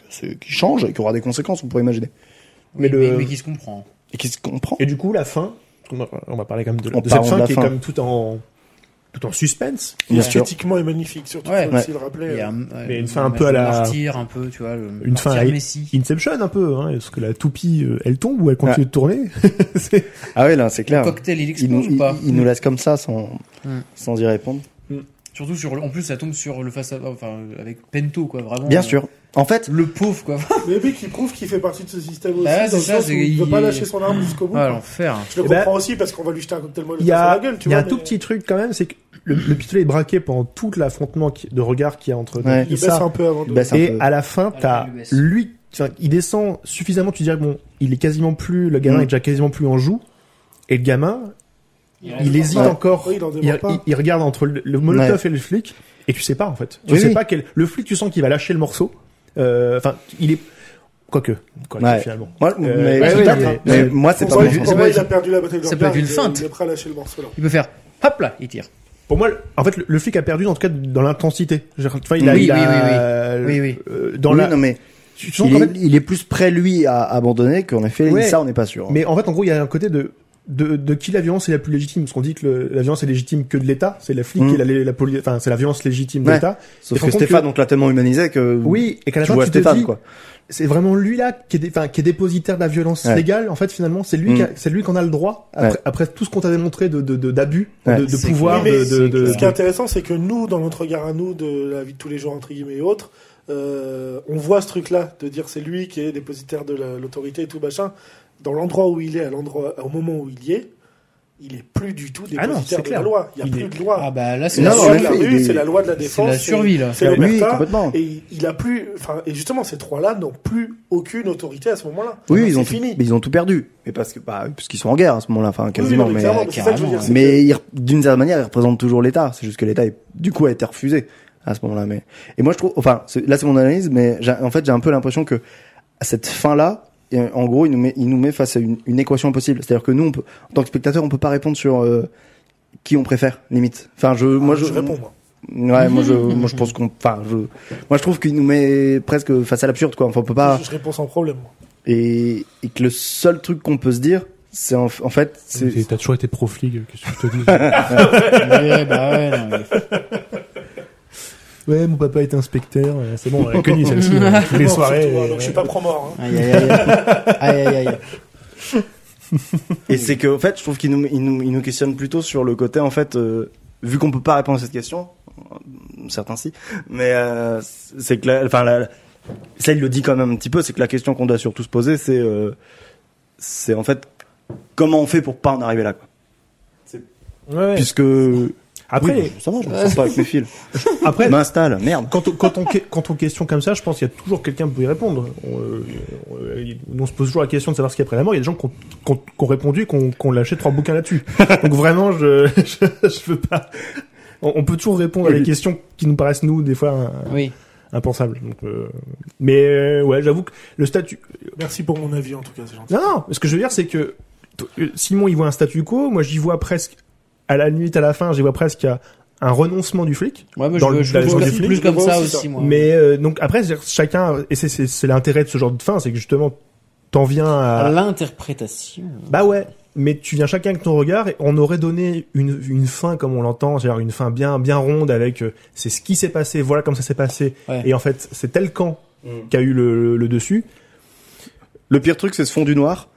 B: qui est- qui change et qui aura des conséquences, on pourrait imaginer.
D: Mais,
F: Mais le-
D: mais, qui se comprend.
B: Et qui se comprend.
F: Et du coup, la fin, on va, on va parler quand même de, la-
B: On
F: de
B: parle
F: cette
B: de
F: fin
B: la
F: qui
B: fin.
F: est comme tout en, tout en suspense.
B: Bien sûr.
C: Esthétiquement est magnifique, surtout.
D: Ouais.
C: faut aussi le rappeler.
D: Il y a,
F: Mais une fin un peu à la-
D: Martyr, un peu, tu vois. Le
F: Une fin
D: martyr
F: à-
D: Messi.
F: Inception un peu, hein, parce que la toupie, euh, elle tombe ou elle continue de tourner. C'est-
B: Ah ouais, là, c'est clair.
D: Cocktail, il
B: Il nous,
D: explose
B: il,
D: ou pas
B: il nous laisse comme ça sans,
D: Mm.
B: sans y répondre.
D: Surtout sur. le- En plus, ça tombe sur le face à. Enfin, avec Pento, quoi. Vraiment.
B: Bien
D: euh,
B: sûr. En fait,
D: Le pauvre, quoi.
C: Mais oui, qui prouve qu'il fait partie de ce système aussi.
D: Bah ouais, c'est
C: dans le
D: ça,
C: sens où
D: c'est-
C: il ne
D: il-
C: veut pas lâcher son arme jusqu'au bout.
D: Ah, l'enfer.
C: Je le
F: Eh
C: comprends
F: ben,
C: aussi parce qu'on va lui jeter un cocktail molotov
F: Il
C: sur
F: y a,
C: la gueule, tu
F: il y a
C: vois.
F: un tout
C: mais
F: petit truc quand même, c'est que le, le pistolet est braqué pendant tout l'affrontement qui- de regard qu'il y a entre
B: Ouais.
C: Il baisse
F: Issa
C: un peu avant. de-
B: il baisse bah, un
F: et
B: peu.
F: à la fin,
D: Ah,
F: t'as
D: il baisse.
F: lui, enfin, il descend suffisamment, tu dirais, bon, il est quasiment plus, le gamin
B: Mm.
F: est déjà quasiment plus en joue, et le gamin, il
D: reste-
F: hésite
B: pas.
F: encore.
C: Oui, il en
F: il,
C: démarre pas.
F: il- il regarde entre le, le molotov et le flic, et tu sais pas en fait. Tu
B: Oui,
F: sais
B: oui.
F: pas quel. Le flic, tu sens qu'il va lâcher le morceau. Euh, Enfin, il est. Quoique. Quoique,
B: Ouais.
F: finalement.
B: Moi, mais,
F: Euh, ouais,
B: peut-être,
F: ouais,
B: mais,
F: mais-
B: mais moi, c'est
C: Pour moi,
B: pas mon
C: il-
D: c'est
B: sens.
C: pour
D: pas
C: moi,
D: une-
C: il a perdu la bataille de
D: ça peut
C: regard,
D: être une
C: il est-
D: feinte.
C: Il est prêt à lâcher le morceau là.
D: Il peut faire. Hop là, il tire.
F: Pour moi, le- en fait, le, le flic a perdu, en tout cas, dans l'intensité. Je- Enfin, il a.
D: Oui,
F: il a-
D: oui, oui, oui.
F: euh,
D: Oui, oui.
F: euh, dans
B: Oui,
F: la.
B: non, mais
F: tu sens
B: il
F: qu'en
B: est,
F: fait-
B: il est plus prêt, lui, à abandonner qu'en effet,
F: Ouais.
B: ça, on n'est pas sûr.
F: Mais en fait, en gros, il y a un côté de. De, de qui la violence est la plus légitime Parce qu'on dit que le- la violence est légitime que de l'État, c'est la flic
B: Mm.
F: et la, la poli- enfin c'est la violence légitime de
B: Ouais.
F: l'État.
B: Sauf
F: Et
B: que
F: par contre
B: Stéphane, on l'a tellement humanisé que
F: Oui, et qu'à la
B: tu
F: fin
B: vois
F: tu te
B: Stéphane,
F: dis,
B: quoi.
F: c'est vraiment lui là qui est, dé- enfin, qui est dépositaire de la violence
B: Ouais.
F: légale. En fait, finalement, c'est lui,
B: Mm.
F: qui a- c'est lui qu'on a le droit après,
B: Ouais.
F: après tout ce qu'on t'a démontré de de- de- d'abus, de,
B: Ouais.
F: de,
D: C'est
F: pouvoir,
C: clair.
F: de, de, de-
B: Euh,
C: Ce qui est intéressant, c'est que nous, dans notre regard à nous, de la vie de tous les jours, entre guillemets et autres, euh, on voit ce truc-là, de dire c'est lui qui est dépositaire de la- l'autorité et tout machin. Dans l'endroit où il est, à l'endroit, au moment où il y est, il est plus du tout
F: Ah non,
C: dépositaire
F: c'est
C: de
F: clair.
C: la loi. Il n'y a
F: Il
C: plus
F: est-
C: de loi.
D: Ah bah là, c'est
C: C'est
B: Non,
C: la
B: non,
C: loi
B: en
C: de la
B: effet, il
C: rue,
B: est-
C: c'est la loi de la
D: c'est
C: défense.
D: la survie là.
C: c'est
B: Ah oui,
C: l'omerta.
B: complètement.
C: Et il- il a plus, enfin, et justement, ces trois-là n'ont plus aucune autorité à ce moment-là.
B: Oui,
C: C'est
B: ils ont, tout,
C: fini.
B: mais ils ont tout perdu. Mais parce que, bah, parce qu'ils sont en guerre à ce moment-là, enfin,
C: Oui, oui,
B: quasiment.
C: non, mais
B: mais
C: clairement, c'est ça que je veux dire, c'est
B: mais ils rep- d'une certaine manière, ils représentent toujours l'État. C'est juste que l'État, est- du coup, a été refusé à ce moment-là. Mais et moi, je trouve, enfin, c'est- là, c'est mon analyse, mais j'ai- en fait, j'ai un peu l'impression que à cette fin-là, et, en gros, il nous met, il nous met face à une, une équation impossible. C'est-à-dire que nous, on peut, en tant que spectateur, on peut pas répondre sur euh, qui on préfère, limite. Enfin, je,
C: que-
B: moi,
C: Ah, je réponds, moi.
B: Ouais, moi, je, moi, je pense qu'on, enfin, je, moi, je trouve qu'il nous met presque face à l'absurde, quoi. Enfin, on peut pas
C: Je, je réponds sans problème. moi.
B: et, et que le seul truc qu'on peut se dire, c'est en, en fait, c'est
E: T'as toujours été pro-fligue, qu'est-ce que je te dis
D: Ouais, bah ouais, non, mais-
F: Ouais, mon papa est inspecteur, euh, c'est bon, on l'a connu celle-ci, euh, toutes les
C: Mort,
F: soirées.
C: surtout, hein,
F: euh,
C: donc je suis pas pro-mort. hein.
D: Aïe aïe aïe. aïe aïe aïe.
B: et c'est que en fait, je trouve qu'il nous, il nous, il nous questionne plutôt sur le côté en fait, euh, vu qu'on peut pas répondre à cette question, euh, certains si, mais euh, c'est que, la- enfin, la- ça il le dit quand même un petit peu, c'est que la question qu'on doit surtout se poser, c'est, euh, c'est en fait, comment on fait pour pas en arriver là, quoi.
F: ouais, ouais.
B: puisque
F: Après, euh,
B: Oui, ça va, je me sens pas avec mes fils,
F: après,
B: je m'installe, merde.
F: quand on, quand on que- quand on question comme ça, je pense qu'il y a toujours quelqu'un pour y répondre. On, euh, on, euh, on se pose toujours la question de savoir ce qu'il y a après la mort. Il y a des gens qui ont, qui ont- qui ont répondu et qui ont, qui ont lâché trois bouquins là-dessus. Donc vraiment, je, je, je veux pas. On, on peut toujours répondre à des questions qui nous paraissent nous des fois euh,
D: Oui.
F: impensables. Donc, euh, mais euh, ouais, j'avoue que le statut.
C: Merci pour mon avis, en tout cas, c'est gentil.
F: Non, non. Ce que je veux dire, c'est que t- euh, Simon, il voit un statu quo. Moi, j'y vois presque à la limite à la fin, j'y vois presque à un renoncement du flic.
D: Ouais, moi je
F: Dans
D: veux
F: le-
D: je
F: dans
D: veux
F: les
D: plus-
F: conflits,
D: plus
C: je
D: comme
C: vois
D: ça
C: aussi ça.
D: aussi moi.
F: Mais euh, donc après, c'est-à-dire, chacun, et c'est- c'est c'est l'intérêt de ce genre de fin, c'est que justement, t'en viens
C: Euh.
F: à...
D: L'interprétation.
F: Bah ouais, mais tu viens chacun avec ton regard, et on aurait donné une, une fin comme on l'entend, c'est-à-dire une fin bien, bien ronde avec euh, c'est ce qui s'est passé, voilà comme ça s'est passé,
D: Ouais.
F: et en fait, c'est tel camp
C: Mm.
F: qui a eu le, le- le dessus.
B: Le pire truc, c'est ce fond du noir,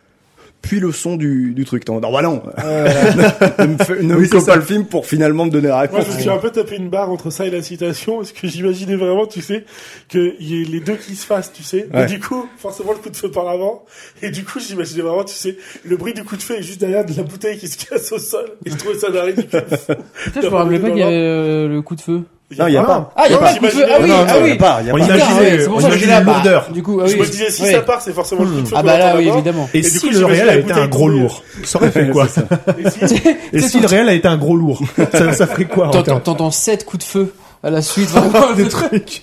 B: puis le son du, du truc. T'en- Non, bah non, ne me, fais- ne me
F: Ah, Oui, c'est
B: clôt
F: ça.
B: pas le film pour finalement me donner la
C: Moi,
B: réponse.
C: je me suis un peu tapé une barre entre ça et la citation, parce que j'imaginais vraiment, tu sais, qu'il y ait les deux qui se fassent, tu sais.
B: Ouais.
C: Et du coup, forcément, le coup de feu par l'avant. Et du coup, j'imaginais vraiment, tu sais, le bruit du coup de feu est juste derrière de la bouteille qui se casse au sol. Et je trouvais ça d'un ridicule.
D: Putain, je me rappelais pas qu'il y avait euh, le coup de feu.
B: Non, il y a
F: Ah
B: pas.
D: Ah, il y a
C: pas.
D: pas le coup de feu. Ah oui,
B: Non, non,
D: ah
B: il y
D: oui.
B: a pas, il y a
F: On
B: pas.
F: imagine-
D: Putain, ouais, Ah c'est
F: on
D: pour ça que j'ai
F: imagine
D: la barre.
F: l'odeur.
D: Du coup, ah
C: Je me
D: oui.
C: disais, si
D: ouais.
C: ça part, c'est forcément
B: Hmm.
C: le coup de feu.
D: Ah
C: qu'on
D: bah là,
C: entend
D: oui,
C: d'abord.
D: évidemment.
F: Et,
C: Et du
F: si
C: coup,
F: le
C: j'imagine
F: réel
C: la
F: a été un
C: bouteille
F: gros
C: tomber.
F: lourd Ça aurait fait quoi
C: Et si-
F: Et si le réel a été un gros lourd ça, ça ferait quoi en
D: T'entends-
F: termes-
D: T'entends 7 coups de feu à la suite, vraiment,
F: Des
D: des trucs.
F: trucs.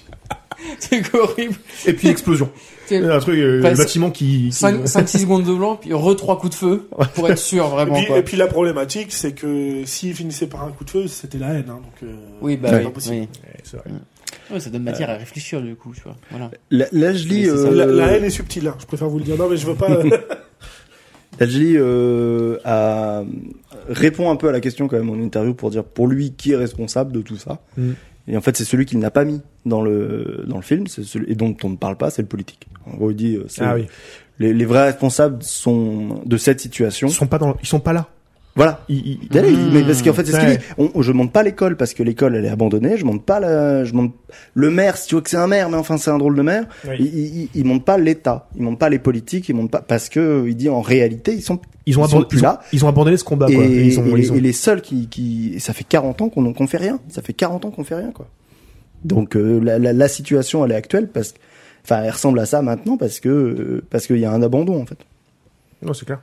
D: C'est horrible.
F: Et puis explosion. Un truc, euh,
D: Enfin,
F: le bâtiment qui... qui-
D: 5-6 secondes de blanc, puis re 3 coups de feu, pour être sûr,
C: Et
D: vraiment,
C: puis,
D: quoi.
C: et puis la problématique, c'est que s'il finissait par un coup de feu, c'était la haine. Hein, donc, euh,
D: Oui, bah
C: c'est
D: oui,
C: pas possible.
D: oui. Euh.
F: Ouais, c'est vrai.
D: Mm. Ouais, ça donne matière à réfléchir, du coup, tu vois. Voilà.
B: Là, là, je lis,
D: Mais c'est ça.
B: euh,
C: La, la haine est subtile, hein, je préfère vous le dire. Non, mais je veux pas. euh,
B: là, je lis, euh, à, répond un peu à la question quand même en interview pour dire pour lui qui est responsable de tout ça.
F: Mm.
B: Et en fait, c'est celui qu'il n'a pas mis dans le, dans le film, c'est celui, et dont on ne parle pas, c'est le politique. En gros, il dit, euh, c'est-
F: Ah oui.
B: les, les vrais responsables sont de cette situation.
F: Ils sont pas dans, ils sont pas là.
B: Voilà.
F: Ils- ils-
B: D'aller,
D: Mmh.
B: mais parce qu'en fait, c'est ce
F: Ouais.
B: qu'il dit. On- je monte pas l'école parce que l'école elle est abandonnée. Je monte pas la, je monte le maire. Si tu vois que c'est un maire, mais enfin c'est un drôle de maire.
F: Oui.
B: Il, il, il- il monte pas l'État. Il monte pas les politiques. Il monte pas parce que euh, il dit en réalité ils sont
F: ils ont
B: Ils sont
F: abandonné,
B: plus
F: ils ont-
B: là.
F: ils ont abandonné ce combat.
B: et,
F: Bah, quoi. Ils ont-
B: et les-
F: ils ont-
B: et les seuls qui qui et ça fait 40 ans qu'on qu'on fait rien. Ça fait 40 ans qu'on fait rien quoi. Donc euh, la, la, la situation elle est actuelle parce que enfin elle ressemble à ça maintenant parce que euh, parce qu'il y a un abandon en fait.
F: Non, c'est clair.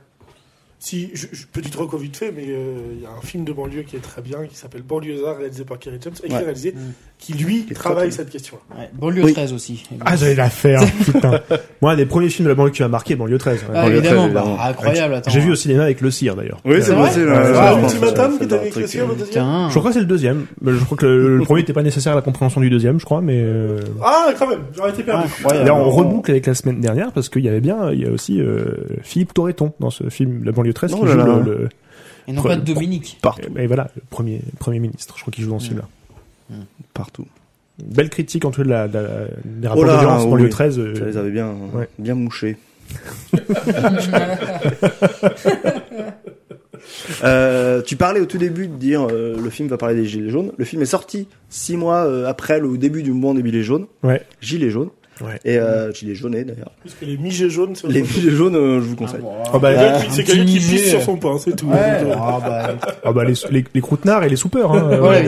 C: Si, je, je, petite reco vite fait, mais euh, il y a un film de banlieue qui est très bien, qui s'appelle Banlieusard, réalisé par Kerry James, et qui,
B: Ouais.
C: est réalisé,
D: Mm.
C: qui lui
B: Qui est
C: travaille
B: très
C: cette question-là.
D: Ouais. Banlieue
B: Oui.
D: 13 aussi.
F: Ah, j'allais la faire. putain. Moi, un des premiers films de la banlieue qui m'a marqué, banlieue 13. ouais.
D: Ah,
B: Banlieue 13,
D: évidemment, bah,
B: évidemment.
D: incroyable, attends.
F: J'ai vu au cinéma avec le cire d'ailleurs.
B: Oui,
D: c'est vrai possible,
F: ouais,
C: Ah,
F: ouais,
C: l'ultimatum que t'avais écrit
B: euh,
C: sur le deuxième
D: Putain.
F: Je crois que c'est le deuxième. Mais Je crois que le, le premier n'était pas nécessaire à la compréhension du deuxième, je crois, mais. euh,
C: Ah, quand même, j'aurais été perdu.
B: Incroyable.
F: D'ailleurs, on reboucle avec la semaine dernière parce qu'il y avait bien, il y a aussi euh, Philippe Torreton dans ce film La banlieue 13
B: Oh
F: qui
B: là
F: joue
B: là.
F: le, le-
D: Et non pas
F: Pre-
D: Dominique.
B: Partout,
F: et Eh ben voilà, le premier premier ministre. Je crois qu'il joue dans ce
D: Mm.
F: film-là.
B: partout.
F: Belle critique en tout cas de la, de la- des rapports
B: Oh là
F: de
B: là,
F: violence
B: oui.
F: banlieue 13. euh,
B: Ça les avait bien
F: Ouais.
B: bien mouchés. Euh, tu parlais au tout début de dire euh, le film va parler des gilets jaunes. Le film est sorti six mois euh, après le début du mouvement des gilets jaunes.
F: Ouais.
B: Gilets jaunes.
F: Ouais.
B: Et euh, gilet jaune d'ailleurs.
C: Parce que les mijets jaunes, c'est
A: Les gilets jaunes, euh, je vous
D: Ah,
A: conseille.
D: bon,
F: Ah bah,
C: Le
B: Ah,
C: gars qui-
F: un
C: c'est
F: petit
C: quelqu'un qui
F: mijet.
C: pisse sur son pain, c'est tout. Donc, euh,
F: Ah bah, les, les, les croûtenards et les soupeurs. Hein.
D: Ouais.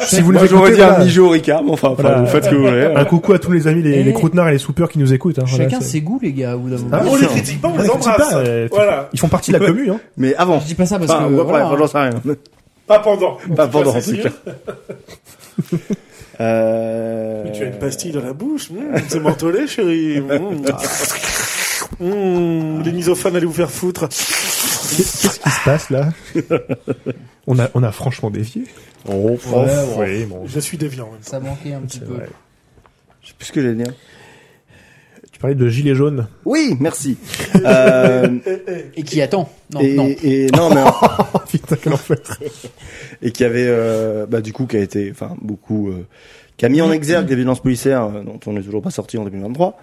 F: Si vous voulez
A: Moi, j'aurais
F: écouter,
A: dit un
F: voilà.
A: mijo au Ricard, mais enfin, enfin,
F: Voilà.
A: vous faites ce que vous voulez.
F: Un coucou à tous les amis, les,
D: Eh.
F: les croûtenards et les soupeurs qui nous écoutent. Hein, voilà,
D: Chacun
F: c'est-
D: ses goûts, les gars, au bout d'un moment.
F: Ah,
C: On les
F: putain.
C: critique pas, on
F: Ouais,
C: les
F: tu dis
C: embrasse.
F: pas, euh, tu-
C: Voilà.
F: Ils font partie de la commune. Hein.
A: Mais avant.
D: Je dis pas ça parce
A: Enfin,
D: que.
A: ouais,
D: voilà.
A: enfin, j'en sais rien.
C: Pas pendant. En
B: Pas
C: tout
B: pendant,
C: cas,
B: en
C: c'est
B: tout
C: sûr.
B: Euh...
C: Mais tu as une pastille dans la bouche. Mmh, c'est mentholé, chérie. Mmh. Mmh, les misophones, allez vous faire foutre.
F: Qu'est-ce qui se passe là on, a, on a franchement dévié.
B: Oh, pff,
D: Ouais,
B: pff,
D: ouais.
F: Oui, bon.
C: Je suis déviant. en même temps.
D: Ça manquait un petit
F: C'est
D: peu.
F: vrai.
B: Je sais plus ce que j'allais dire.
F: Tu parlais de gilet jaune.
B: Oui, merci. euh,
C: Eh, eh,
D: Et qui attend. Non,
B: et,
D: non.
B: et non, mais
F: Oh putain, quel enfer.
B: et qui avait euh, bah, du coup qui a été enfin beaucoup euh, qui a mis en exergue les violences policières euh, dont on n'est toujours pas sorti en 2023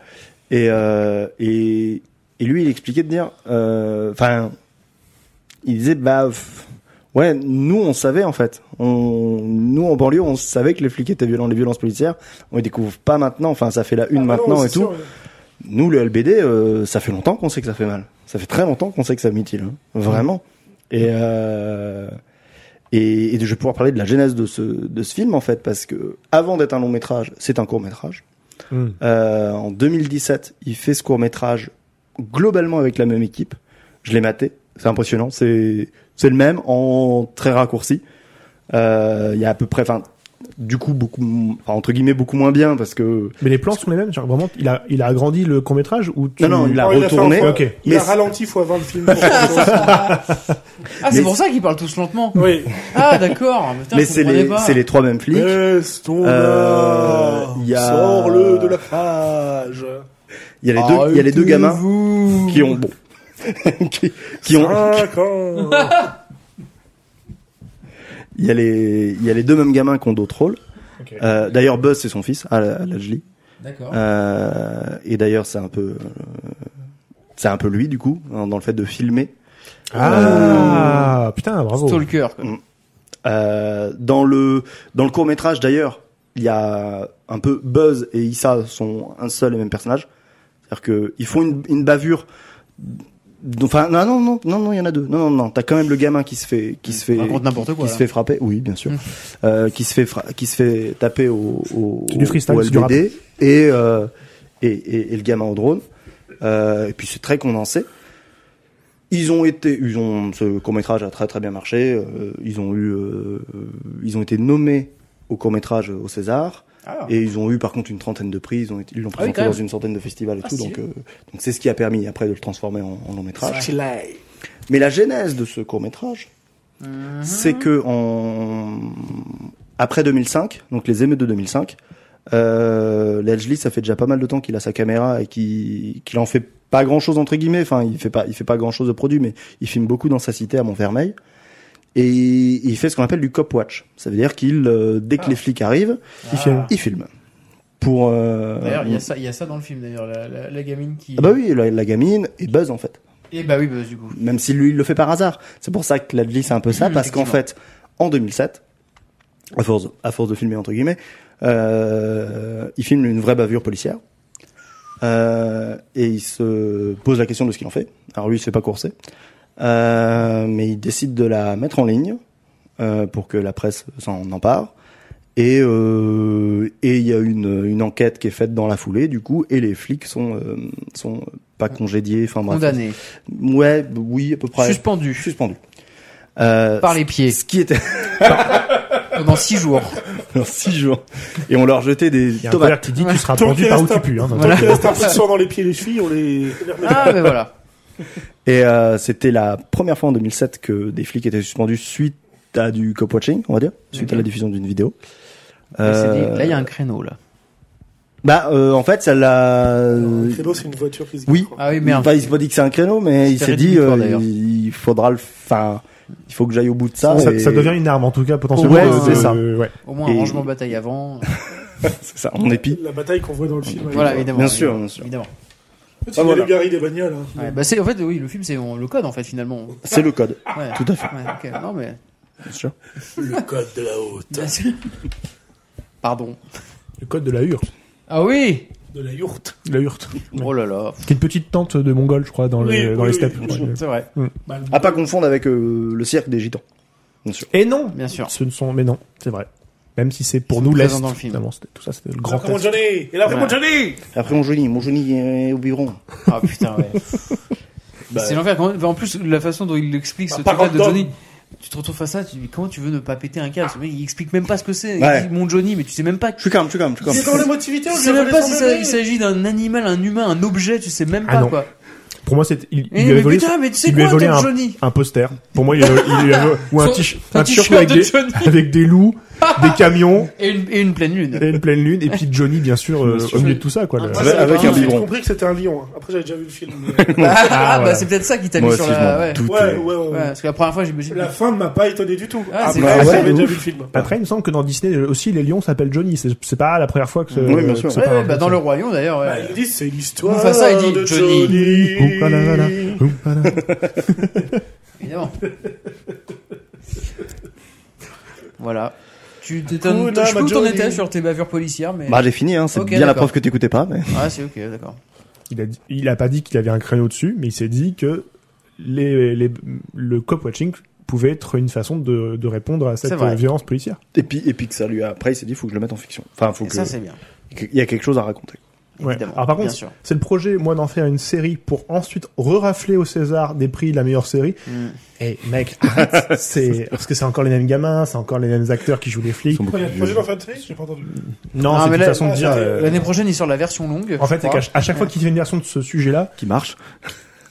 B: et euh, et et lui il expliquait de dire euh, enfin il disait bah pff, ouais nous on savait en fait on nous en banlieue on savait que les flics étaient violents les violences policières on les découvre pas maintenant enfin ça fait la une
C: ah,
B: maintenant
C: non,
B: et
C: c'est
B: tout
C: sûr, ouais.
B: nous, le LBD, euh, ça fait longtemps qu'on sait que ça fait mal. Ça fait très longtemps qu'on sait que ça mutile, hein. vraiment. Et, euh, et, et je vais pouvoir parler de la genèse de ce, de ce film, en fait, parce que avant d'être un long métrage, c'est un court métrage.
F: Hmm.
B: Euh, en 2017, il fait ce court métrage globalement avec la même équipe. Je l'ai maté, c'est impressionnant, c'est c'est le même en très raccourci. Euh, Il y a à peu près, enfin, du coup beaucoup, m- enfin, entre guillemets beaucoup moins bien parce que
F: Mais les plans sont les mêmes. Genre, vraiment, il a, il a agrandi le court métrage ou tu...
B: non non, il l'a
C: Oh, il l'a fait en
B: retourné.
C: fois.
F: Ok.
C: Il a
B: Mais-
C: ralenti fois 20 le film. pour quelque chose.
D: Ah, c'est
B: Mais-
D: pour ça qu'ils parlent tous lentement.
C: Oui.
D: Ah, d'accord. Putain,
B: mais
D: je
B: c'est
D: comprenais
B: les,
D: pas.
B: c'est les trois mêmes flics.
C: Laisse ton
B: Euh,
C: art,
B: il y a-
C: Sors-le de la cage.
B: Il y a les deux, il y a les deux gamins qui ont bon, qui, qui ont,
C: Cinq ans.
B: il y a les, il y a les deux mêmes gamins qui ont d'autres rôles.
F: Ok.
B: Euh, d'ailleurs, Buzz c'est son fils, à la, à la Jolie.
D: D'accord.
B: Euh, et d'ailleurs, c'est un peu, euh, c'est un peu lui du coup hein, dans le fait de filmer.
F: Ah putain, bravo.
D: Stalker, quoi.
B: Euh, dans le, dans le court métrage d'ailleurs, il y a un peu Buzz et Issa sont un seul et même personnage. C'est-à-dire que ils font une, une bavure. Enfin, non, non, non, non, non, il y en a deux. Non, non, non. T'as quand même le gamin qui se fait, qui se fait,
D: Raconte n'importe quoi.
B: qui
D: là.
B: se fait frapper, oui bien sûr,
D: Mm.
B: Euh, qui se fait fra- qui se fait taper au, au,
F: C'est du freestyle,
B: au
F: c'est du rap.
B: LBD et, euh, et, et et le gamin au drone. Euh, et puis c'est très condensé. Ils ont été, ils ont ce court métrage a très très bien marché. Euh, ils ont eu, euh, euh, ils ont été nommés au court métrage au César
D: Ah.
B: et ils ont eu par contre une trentaine de prix. Ils ont été- ils l'ont
D: Ah oui,
B: présenté
D: quand
B: dans
D: même.
B: une centaine de festivals et
D: Ah,
B: tout.
D: stylé.
B: Donc euh, donc c'est ce qui a permis après de le transformer en, en long métrage.
C: Chilay.
B: Mais la genèse de ce court métrage,
D: Mhm.
B: c'est que en... après 2005, donc les émeutes de 2005, euh, Ledgely, ça fait déjà pas mal de temps qu'il a sa caméra et qu'il qu'il en fait pas grand chose entre guillemets. Enfin, il fait pas, il fait pas grand chose de produit, mais il filme beaucoup dans sa cité à Montfermeil. Et il fait ce qu'on appelle du cop watch. Ça veut dire qu'il, euh, dès que
D: Ah.
B: les flics arrivent,
F: Il filme.
B: il filme. Pour euh,
D: D'ailleurs, il y, a ça- il y a ça dans le film, d'ailleurs, la, la- la gamine qui.
B: ah bah oui, la, la gamine et Buzz en fait.
D: Et bah oui, bah, du coup.
B: même si lui il le fait par hasard. C'est pour ça que la glisse c'est un peu ça,
D: Mmh,
B: parce qu'en
D: effectivement.
B: fait, en 2007, à force, à force de filmer entre guillemets, euh, il filme une vraie bavure policière. Euh, et il se pose la question de ce qu'il en fait. Alors lui, il se fait pas courser, euh, mais il décide de la mettre en ligne euh, pour que la presse s'en empare. Et euh, et il y a une, une enquête qui est faite dans la foulée du coup et les flics sont euh, sont pas congédiés enfin bref
D: Condamné.
B: Ouais, b- oui, à peu près.
D: Suspendu.
B: Suspendu. Euh,
D: Par les pieds.
B: Ce qui était
D: Pendant 6 jours.
B: en six jours. Et on leur jetait des
F: Il y a un
B: tomates.
F: proverbe qui dit tu seras
C: Tant
F: pendu
C: qu'il
F: par où
C: reste
F: tu
C: un-
F: pues. Hein,
D: Voilà.
C: Il reste un peu de sang dans les pieds et les chevilles, on les.
D: Ah, mais voilà.
B: Et euh, c'était la première fois en 2007 que des flics étaient suspendus suite à du cop-watching, on va dire, suite à la diffusion d'une vidéo.
D: Il s'est
B: Euh,
D: dit, Là, il y a un créneau, là.
B: Bah, euh, en fait, ça l'a.
C: Le Credo, c'est une voiture qui se
B: Euh, Oui.
C: garde, quoi.
D: Ah oui, merde.
B: Enfin, il s'est pas dit que c'est un créneau, mais il
D: C'était
B: s'est dit,
D: rédhibitoire,
B: euh,
D: d'ailleurs.
B: il faudra le. Enfin, il faut que j'aille au bout de ça.
D: Ah,
F: ça,
B: et-
F: ça devient une arme en tout cas potentiellement.
B: Ouais,
F: de-
B: c'est ça.
F: ouais.
D: Au moins, un
B: et-
D: rangement bataille avant.
B: C'est ça, on épi.
C: La bataille qu'on voit dans le film. avec-
D: Voilà, évidemment.
B: Bien sûr,
D: évidemment,
B: bien sûr.
D: Évidemment.
C: En fait, il y a
B: voilà.
C: les Gary des bagnoles. hein.
D: Ouais, bah, c'est, en fait, oui, le film, c'est on- le code, en fait, finalement.
B: C'est le code.
D: Ouais.
B: Tout à fait.
D: Ouais, ok. Non, mais.
B: Bien sûr.
C: Le code de la haute.
D: Pardon.
F: Le code de la hurle.
D: Ah oui
C: de la yourte.
F: La Hurte.
D: Oh là là.
F: Qui est une petite tente de Mongol, je crois, dans
C: Oui,
F: les, dans
C: oui,
F: les
C: oui.
F: steppes. Ouais.
D: C'est vrai,
C: Bah, le-
B: À pas confondre avec euh, le cirque des gitans. Bien sûr.
F: Et non
D: bien sûr.
F: Ce ne sont, mais non, c'est vrai. Même si c'est pour
D: Ils
F: nous
D: sont
F: l'Est.
D: présents dans le film.
F: finalement, c'était- Tout ça, c'était le
C: Et
F: grand
C: après mon
F: Est.
C: Johnny Et là, après
D: Ouais.
C: mon Johnny
B: Après mon Johnny, mon Johnny est au biberon.
D: Ah putain, ouais. c'est l'enfer. Quand- bah, En plus, la façon dont il explique ce
C: Bah, par
D: truc de
C: contre,
D: Johnny. Tu te retrouves face à ça, tu te dis comment tu veux ne pas péter un câble Ce mec, il explique même pas ce que c'est.
B: Ouais.
D: Il dit, mon Johnny, mais tu sais même pas.
B: Je suis calme, je suis calme, je suis
C: C'est dans
B: calme.
C: l'émotivité, on
D: Tu
C: lui
D: sais
C: a
D: même
C: volé
D: pas
C: son
D: si ça-
C: bébé.
D: il s'agit d'un animal, un humain, un objet, tu sais même
F: Ah
D: pas
F: non.
D: quoi.
F: Pour moi, c'est, il, il
D: Eh,
F: lui a
D: mais
F: volé
D: putain, mais tu sais
F: il lui
D: quoi,
F: a volé
D: ton
F: un-
D: Johnny
F: un poster. Pour moi, il, il lui a volé, ou un
D: Son-
F: t-shirt,
D: un
F: un t-shirt
D: t-shirt
F: avec
D: de
F: des,
D: Johnny.
F: avec des loups, des camions,
D: et une, et une pleine lune. Ah,
F: et une pleine lune, et puis Johnny, bien sûr, euh, au milieu de tout ça, quoi. le-
C: Moi,
B: Avec-
C: j'avais
B: avec
C: pas-
B: un
C: Ah, j'ai
B: biberon.
C: compris que c'était un lion. hein. Après, j'avais déjà vu le film. mais-
D: Ah,
F: Ah,
D: bah
F: voilà.
D: c'est peut-être ça qui t'a mis
B: Moi
D: sur
B: aussi, je
D: la.
B: m'en
D: Ouais.
B: doutais.
C: Ouais, ouais, ouais.
D: Ouais, parce que la première fois j'ai me suis dit,
C: La fin ne m'a pas étonné du tout.
D: Ah, c'est
C: Après,
B: vrai.
C: j'avais
B: Ouais,
C: déjà
B: ouf.
C: vu le film.
F: Après, il me semble que dans Disney euh, aussi, les lions s'appellent Johnny. C'est c'est pas la première fois que. ce-
B: Oui, bien
F: que
B: sûr.
F: ça
D: ouais,
F: parle
D: ouais, bah,
F: de
D: dans
F: ça.
D: le royaume d'ailleurs. ouais.
C: Bah, ils disent, c'est l'histoire
D: Mufasa, il dit
C: de
D: Johnny.
C: Johnny.
F: Ouh, là, là, là, là. Ouh, là, là.
D: Évidemment. voilà. Tu hein, t'es
C: Kuna
D: je sais plus où t'en
C: Majority.
D: étais sur tes bavures policières, mais.
B: Bah j'ai fini, hein. c'est
D: Ok,
B: bien la
D: d'accord.
B: preuve que t'écoutais pas. Mais...
D: Ah, c'est ok, d'accord.
F: Il a, dit- il a pas dit qu'il avait un créneau dessus, mais il s'est dit que les, les- le cop-watching pouvait être une façon de, de répondre à cette
D: C'est vrai.
F: euh, violence policière.
B: Et puis, et puis que ça lui a... Après il s'est dit, faut que je le mette en fiction. Enfin, faut
D: Et
B: que...
D: ça, c'est bien.
B: qu'il y a quelque chose à raconter.
F: euh, Ouais.
D: Évidemment,
F: Alors par
D: bien
F: contre,
D: sûr.
F: c'est le projet, moi, d'en faire une série pour ensuite re-rafler au César des prix de la meilleure série.
D: Mm.
F: Eh mec, arrête, c'est parce que c'est encore les mêmes gamins, c'est encore les mêmes acteurs qui jouent les flics.
C: Pourquoi il y a le projet d'enfant de série J'ai pas entendu.
F: Non,
D: Non,
F: c'est
D: mais
F: une
D: là-
F: façon de dire. euh,
D: L'année prochaine, il sort la version longue.
F: En fait,
D: je
F: c'est qu'à
D: crois.
F: ch- à chaque fois qu'il fait une version de ce sujet-là,
B: Qui marche.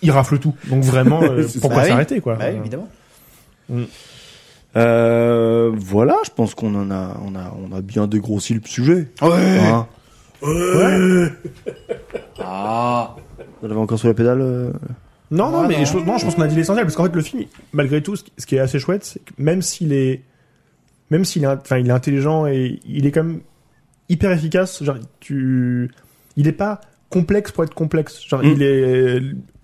F: il rafle tout. Donc vraiment, euh,
B: C'est ça.
F: pourquoi
D: Bah oui.
F: s'arrêter quoi
D: Bah, oui, évidemment.
B: Euh, voilà, je pense qu'on en a, on a, on a bien dégrossi le sujet. Hein
D: Ah.
B: Vous l'avez encore sur la pédale. euh
F: Non, non,
D: Ah,
F: mais
D: non.
F: je, non, je pense qu'on a dit l'essentiel parce qu'en fait, le film, malgré tout, ce qui- ce qui est assez chouette, c'est que même s'il est, même s'il est, int- enfin, il est intelligent et il est quand même hyper efficace. Genre, tu, il est pas complexe pour être complexe. Genre,
B: Mm.
F: il est,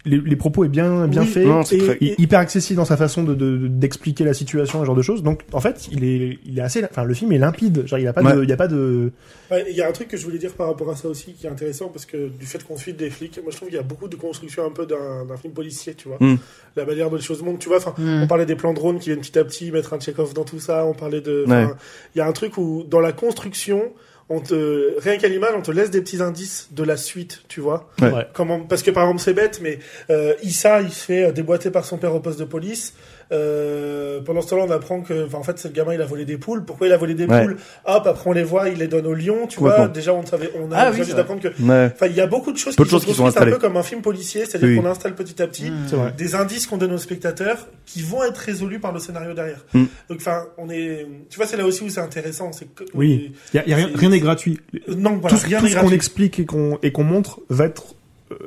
F: les, les propos est bien, bien
C: Oui,
F: fait.
B: non, c'est
C: Et-
B: très-
F: Il est hyper accessible dans sa façon de de- d'expliquer la situation, ce genre de choses. Donc, en fait, il est, il est assez, enfin, le film est limpide. Genre, il y a pas de,
B: Ouais.
F: il y a pas de,
C: Ouais, Il y a un truc que je voulais dire par rapport à ça aussi qui est intéressant parce que du fait qu'on suit des flics, moi je trouve qu'il y a beaucoup de construction un peu d'un d'un film policier, tu vois.
B: Mm.
C: La manière dont les choses montent, tu vois. Enfin,
D: Mm.
F: Hmm.
C: on parlait des plans drones qui viennent petit à petit mettre un check-off dans tout ça. On parlait de. enfin,
B: Ouais.
C: Il y a un truc où dans la construction, on te rien qu'à l'image, on te laisse des petits indices de la suite, tu vois.
B: Ouais.
F: Ouais.
C: Comment Parce que par exemple c'est bête, mais euh, Issa il se fait déboîter par son père au poste de police. Euh, pendant ce temps-là, on apprend que, enfin, en fait, c'est le gamin, il a volé des poules. Pourquoi il a volé des
B: Ouais.
C: poules Hop, après on les voit, il les donne au lion, tu
B: Complètement.
C: vois. Déjà, on savait, on a
D: Ah
C: on
D: oui,
C: vient
D: c'est
C: juste
D: vrai.
C: d'apprendre que.
B: Ouais.
C: Enfin, il y a beaucoup de choses
B: Peu de choses qui sont
C: construites un
B: installées.
C: peu comme un film policier, c'est-à-dire
B: Oui.
C: qu'on installe petit à petit
F: c'est vrai.
C: des indices qu'on donne aux spectateurs qui vont être résolus par le scénario derrière.
B: Mm.
C: Donc, enfin, on est. Tu vois, c'est là aussi où c'est intéressant. C'est que...
F: Oui. Il y a, il y a rien,
C: C'est-
F: rien n'est gratuit.
C: Non, voilà,
F: tout ce,
C: rien
F: tout
C: n'est
F: ce qu'on
C: gratuit.
F: explique et qu'on et qu'on montre va être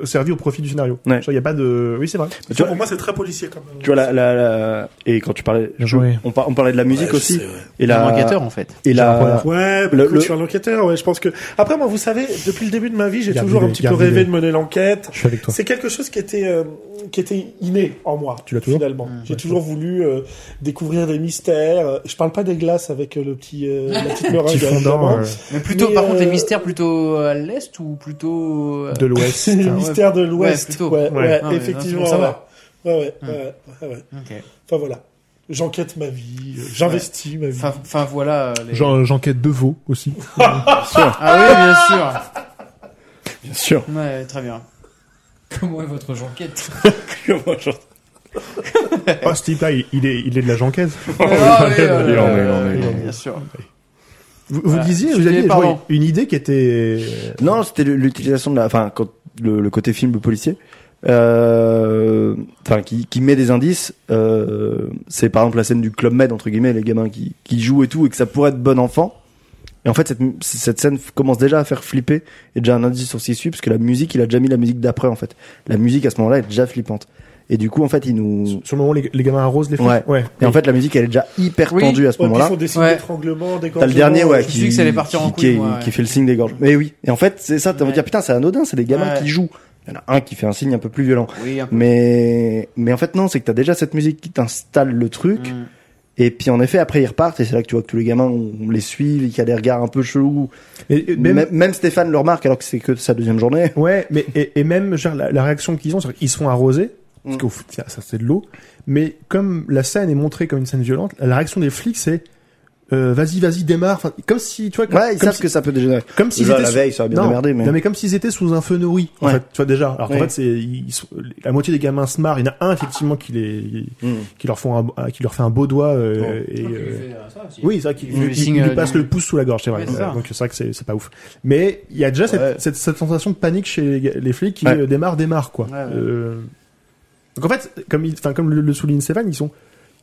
F: euh, servi au profit du scénario.
B: Ouais.
F: Il y a pas de. Oui, c'est vrai.
B: Tu
C: Tu vois,
B: vois,
C: pour moi, c'est très policier quand même.
B: tu vois, la, la, la- et quand tu parlais,
F: Bien joué.
B: on, par- on parlait de la musique aussi. Et
D: Il est
B: la,
D: enquêteur, en fait.
B: et
F: la première
B: la,
C: Ouais, bah,
B: Le-
C: écoute,
B: le-
C: je suis un enquêteur, ouais, je pense que... Après, moi, vous savez, depuis le début de ma vie, j'ai
F: Garde
C: toujours un
F: l'idée,
C: petit peu
F: garde
C: rêvé
F: l'idée.
C: de mener l'enquête.
F: Je suis avec toi.
C: C'est quelque chose qui était euh, qui était inné en moi.
F: Tu l'as toujours
C: finalement.
D: Mmh.
C: J'ai toujours voulu euh, découvrir des mystères. Euh, Je parle pas des glaces avec euh, le petit euh, la petite meringue.
F: Petit
C: évidemment.
F: fondant euh,
D: Mais plutôt,
C: Mais,
D: par contre, les
C: euh,
D: mystères plutôt à l'est ou plutôt. euh,
F: de l'Ouest.
C: C'est les
B: Ah
D: ouais.
C: mystères de
D: Ouais,
C: l'Ouest.
D: plutôt.
C: ouais,
F: Ouais.
C: ouais,
D: Ah, mais
C: effectivement.
D: ça
C: ouais.
D: va.
C: Ouais, ouais,
D: Hmm.
C: ouais, ouais, ouais.
D: ok.
C: Enfin voilà. J'enquête ma vie, euh, j'investis ma vie.
D: Enfin, enfin, voilà. euh, les-
F: J'en- J'enquête de Vaux aussi.
D: Ah oui, bien sûr.
B: bien sûr.
D: Ouais, très bien. Comment est votre janquette
F: oh, ce type-là, il, il est, il est de la Jonquaise.
D: Ah oui, euh,
B: Il en est, il en est,
D: euh,
B: il en est.
D: Bien sûr.
F: Vous, vous
D: Voilà.
F: disiez,
D: Je
F: vous aviez
D: suis
F: je
D: parent.
F: vois, une idée qui était.
B: Non, c'était l'utilisation de la, enfin, quand le, le côté film policier, euh, enfin, qui, qui met des indices. euh, c'est par exemple la scène du club med entre guillemets, les gamins qui, qui jouent et tout, et que ça pourrait être bon enfant. Et en fait, cette, cette scène f- commence déjà à faire flipper et déjà un indice sur ce qui suit, parce que la musique, il a déjà mis la musique d'après en fait. La musique à ce moment-là est déjà flippante. Et du coup, en fait, il nous,
F: Sur le moment, les, les gamins arrosent les flics.
B: Ouais. et en fait, la musique, elle est déjà hyper
D: Oui.
B: tendue à ce
C: Ouais, puis ils
B: moment-là.
C: font des signes
D: Ouais.
C: d'étranglement,
B: T'as le dernier, ouais,
D: me suis dit
B: qui,
D: que ça allait partir en
B: qui, qui,
D: couille, moi, ouais.
B: qui fait le signe des gorges. Mais oui. Et en fait, c'est ça, t'as envie de dire,
D: Ouais.
B: putain, c'est anodin, c'est des gamins
D: Ouais.
B: qui jouent. Il y en a un qui fait un signe un peu plus violent.
D: Oui, un peu.
B: Mais, mais en fait, non, c'est que t'as déjà cette musique qui t'installe le truc.
D: Mm.
B: Et puis en effet, après ils repartent et c'est là que tu vois que tous les gamins on, on les suit, et qu'il y a des regards un peu chelous.
F: Mais, euh, même-
B: Même, même Stéphane le remarque alors que c'est que sa deuxième journée.
F: Ouais, mais et, et même genre, la, la réaction qu'ils ont, ils sont arrosés, parce
B: Mm.
F: que ça, ça, c'est de l'eau. Mais comme la scène est montrée comme une scène violente, la réaction des flics c'est euh, vas-y, vas-y, démarre. Enfin, comme si tu vois, comme,
B: Ouais, ils
F: comme
B: savent
F: si-
B: que ça peut dégénérer.
F: comme s'ils
B: Déjà,
F: étaient
B: la
F: sous-
B: veille, ça aurait bien
F: non,
B: démerdé, mais-
F: non, mais comme s'ils étaient sous un feu nourri. En
B: Ouais.
F: fait, tu vois déjà. Alors qu'en
B: Oui.
F: fait, c'est ils sont- la moitié des gamins se marrent. Il y en a un effectivement qui les
B: Mm.
F: qui leur font un, qui leur fait un beau doigt euh, et
D: Il
F: euh,
D: fait, euh, ça aussi.
F: oui, c'est vrai qu'il
D: Il lui
F: il- il
D: signe,
F: lui
D: euh,
F: passe
D: du-
F: le pouce sous la gorge, c'est vrai.
D: Ouais, c'est
F: Euh,
D: ça.
F: donc c'est vrai que c'est c'est pas ouf. Mais il y a déjà
B: Ouais.
F: cette, cette, cette sensation de panique chez les, les flics qui
B: Ouais.
F: euh, démarrent, démarrent quoi.
D: Ouais, ouais.
F: Euh, Donc en fait, comme, il, enfin, comme le, le souligne Stéphane, ils sont,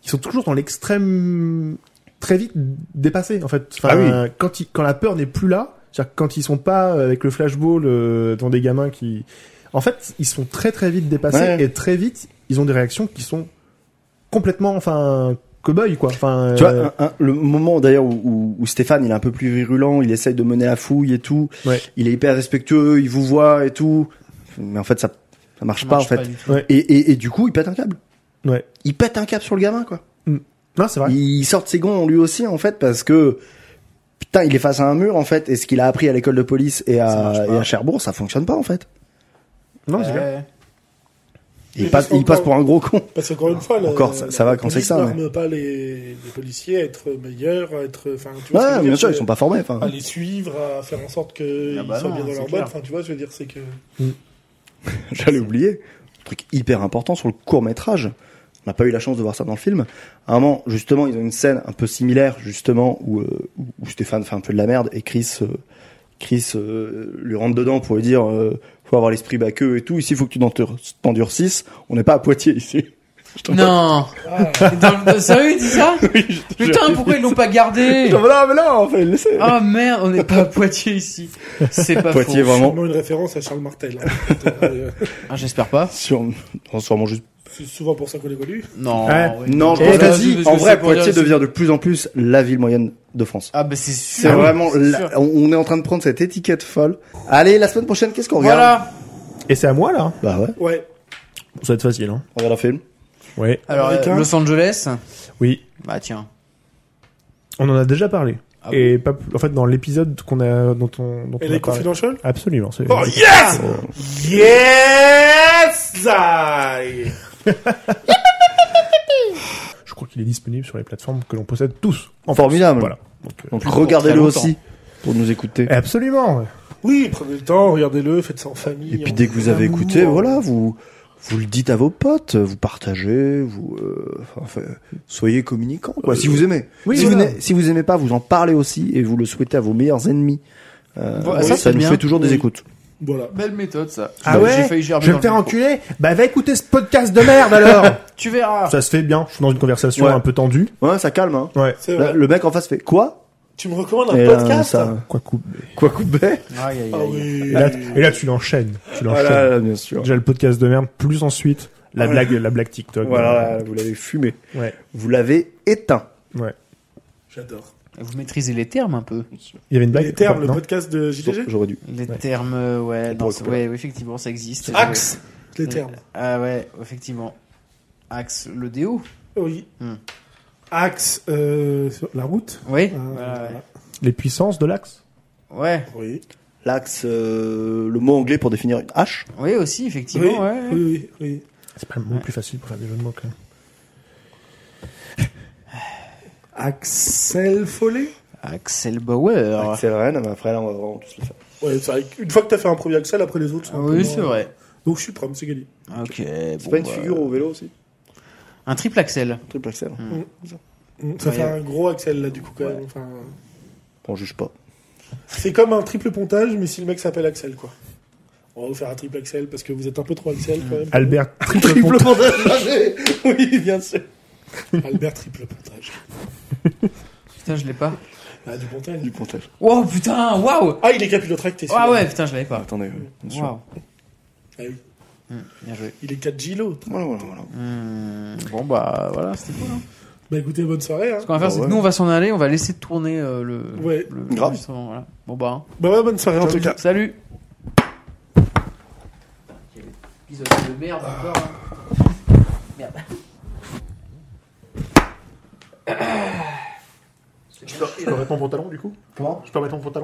F: ils sont toujours dans l'extrême très vite dépassés en fait. Enfin,
B: Ah oui.
F: euh, quand, ils- quand la peur n'est plus là, c'est-à-dire que quand ils sont pas avec le flashball euh, dans des gamins qui, en fait, ils sont très très vite dépassés
B: Ouais.
F: et très vite ils ont des réactions qui sont complètement, enfin, cow-boy quoi. Enfin,
B: Tu
F: euh,
B: vois, un- un- le moment d'ailleurs où, où- où Stéphane il est un peu plus virulent, il essaye de mener la fouille et tout.
F: Ouais.
B: Il est hyper respectueux, il vous voit et tout. Mais en fait, ça, ça Mm. marche
D: Ça
B: pas
D: marche
B: en fait.
D: du tout.
B: et, et, et du coup, il pète un câble.
F: Ouais.
B: Il pète un câble sur le gamin quoi.
F: non, c'est vrai.
B: Il sort de ses gonds lui aussi en fait parce que putain, il est face à un mur en fait et ce qu'il a appris à l'école de police et
D: Ça
B: à,
D: marche pas.
B: et à Cherbourg, ça fonctionne pas en fait.
F: Non, c'est
D: Ouais.
F: vrai.
B: Et il
C: Mais
B: passe,
C: parce
B: il passe
C: qu'encore-
B: pour un gros con.
C: Parce qu'encore une fois, la-
B: Encore, ça-
C: la
B: ça va quand
C: police
B: c'est que ça,
C: n'arme pas les, les policiers à être meilleurs, à être. Enfin, tu vois ce que je
B: Ouais,
C: veux
B: bien
C: dire,
B: sûr,
C: c'est
B: ils sont pas formés. Enfin,
C: À les suivre, à faire en sorte qu'ils
D: Ah bah
C: soient
D: non,
C: bien dans
D: c'est
C: leur
D: clair.
C: boîte. Enfin, tu vois, je veux dire, c'est que.
B: J'allais oublier. Un truc hyper important sur le court métrage. On n'a pas eu la chance de voir ça dans le film. À un moment, justement, ils ont une scène un peu similaire, justement, où, euh, où- où Stéphane fait un peu de la merde et Chris, euh, Chris euh, lui rentre dedans pour lui dire euh, faut avoir l'esprit baqueux et tout. Ici, il faut que tu t'endur- t'endurcisses. On n'est pas à Poitiers ici.
D: Non
C: Ah,
D: Dans le- Sérieux, il dit ça Putain,
B: jure.
D: pourquoi ils l'ont pas gardé
B: Non, mais non, mais non, enfin, laissez.
D: Ah merde, on n'est pas à Poitiers ici. C'est pas
B: Poitiers,
D: faux.
B: vraiment.
C: sûrement une référence à Charles Martel. hein, en fait, euh,
D: Ah, j'espère pas.
B: Sur... non, sûrement juste.
C: c'est souvent pour ça qu'on les connu.
D: Non.
F: Ouais.
D: oui.
B: Non, je
F: Eh,
B: pense
F: vas-y,
B: que- En vrai, Poitiers
D: devient
B: devient de plus en plus la ville moyenne de France.
D: Ah bah c'est sûr.
B: C'est vraiment, la-
D: sûr.
B: on on est en train de prendre cette étiquette folle. Allez, la semaine prochaine, qu'est-ce qu'on regarde
D: Voilà.
F: Et c'est à moi là.
B: Bah ouais,
C: Ouais.
F: Ça va être facile. Hein.
B: on regarde un film.
F: Ouais.
D: Alors euh,
C: Américain.
D: Los Angeles.
F: Oui.
D: Bah tiens.
F: On en a déjà parlé.
D: Ah
F: et pas plus- en fait dans l'épisode qu'on a dont on dont
C: Et
F: on a
C: les
F: parlé.
C: confidential
F: Absolument. c'est-
C: Oh yes Yes I
F: Je crois qu'il est disponible sur les plateformes que l'on possède tous. En
B: Formidable.
F: France. Voilà. Donc, euh,
B: Donc regardez-le
D: très longtemps.
B: aussi pour nous écouter.
F: Absolument. ouais.
C: Oui, prenez le temps, regardez-le, faites ça en famille.
B: Et puis
C: en-
B: dès que vous avez
C: en amour.
B: écouté, voilà, vous vous le dites à vos potes, vous partagez, vous euh, enfin, soyez communicants quoi.
D: Euh,
B: si vous aimez,
F: oui,
B: si,
F: voilà.
B: vous n'aimez- si vous aimez pas, vous en parlez aussi et vous le souhaitez à vos meilleurs ennemis. Euh,
D: Bon, ça,
B: ça,
D: c'est
B: nous
D: bien.
B: fait toujours des
D: Oui.
B: écoutes.
C: Voilà.
D: Belle méthode ça.
F: Ah
D: Bah,
F: ouais
D: J'ai failli gerber
F: Je vais
D: dans
F: me faire
D: le micro.
F: enculer. Bah va écouter ce podcast de merde alors.
D: Tu verras.
F: Ça se fait bien. Je suis dans une conversation
B: Ouais.
F: un peu tendue.
B: Ouais, ça calme. Hein.
F: Ouais.
C: C'est
B: Là,
C: vrai.
B: le mec en face fait quoi
C: Tu me recommandes un
B: Et là,
C: podcast
B: ça-
F: Quoi coupe.
B: Quoi couper
D: Aïe, aïe,
C: Ah
D: aïe.
C: oui.
F: Et là, et là, tu l'enchaînes. Tu l'enchaînes.
B: Voilà, bien sûr.
F: Déjà le podcast de merde. Plus ensuite la
B: Voilà.
F: blague la blague TikTok.
B: Voilà, vous l'avez fumé.
F: Euh, bah, Ouais.
B: Vous l'avez éteint.
F: Ouais.
C: J'adore.
D: Vous maîtrisez les termes un peu.
F: Il y avait une blague.
C: Les termes, le
F: non
C: podcast de JDG
B: J'aurais dû.
D: Les
F: Ouais.
D: termes, euh, ouais,
B: Pour
D: non,
B: le
D: c'est-
B: coup,
D: ouais, ouais, effectivement, ça existe.
C: Axe. Les
B: Mm.
D: Ouais.
C: termes.
D: Ah ouais, effectivement. Axe, le déo.
C: Oui.
D: Hmm.
C: Axe, euh, sur la route.
D: Oui.
C: Ah,
D: Voilà,
C: voilà.
F: Les puissances de l'axe.
D: ouais.
C: Oui.
B: L'axe, euh, le mot anglais pour définir une hache.
D: ouais, oui aussi, effectivement,
C: Oui.
D: ouais.
C: oui, oui, oui.
F: C'est pas le mot le plus facile pour faire des jeux de mots. quand même.
C: Axel Follet
D: Axel Bauer.
B: C'est vrai, non, mais après là, on va vraiment tous le faire.
C: Ouais, c'est vrai. Une fois que t'as fait un premier Axel, après les autres.
D: Ah
C: un peu
D: oui,
C: moins-
D: c'est vrai.
C: Donc je suis prêt, c'est gagné.
D: Ok.
B: C'est
D: bon,
B: pas une
D: bah,
B: figure au vélo aussi Hmm.
D: Un triple Axel.
B: Triple axel.
C: Mm, Ça
D: Ouais.
C: fait un gros Axel là, du coup, quand même. Enfin,
B: On juge pas.
C: c'est comme un triple pontage, mais si le mec s'appelle Axel, quoi. On va vous faire un triple Axel parce que vous êtes un peu trop Axel quand même.
F: Albert Triple Pont-
B: Oui, bien sûr.
C: Albert triple pontage.
D: Putain, je l'ai pas.
C: Ah, du pontage.
B: Du pontage.
D: Wow, putain, waouh.
C: Ah, il est capillotracté.
D: Ah
C: celui-là.
D: ouais, putain, je l'avais pas.
B: Attendez, euh, oui, bien sûr.
D: Waouh.
C: Ah oui.
D: Hmm, bien joué.
C: Il est 4 G l'autre.
B: Voilà, voilà, voilà.
D: Hmm, bon, bah voilà, c'était cool. Hein.
C: Bah écoutez, bonne soirée. Hein.
D: Ce qu'on va faire,
B: Bah
D: c'est
B: ouais.
D: que nous, on va s'en aller, on va laisser tourner euh, le.
C: Ouais.
D: le-
B: Grave.
D: l'enregistrement, Voilà. Bon, bah. hein.
C: Bah ouais, bonne soirée en tout cas.
D: Salut. Épisode de merde encore. hein. Merde.
F: Je peux remettre mon pantalon du coup
B: Comment
F: Je peux remettre mon pantalon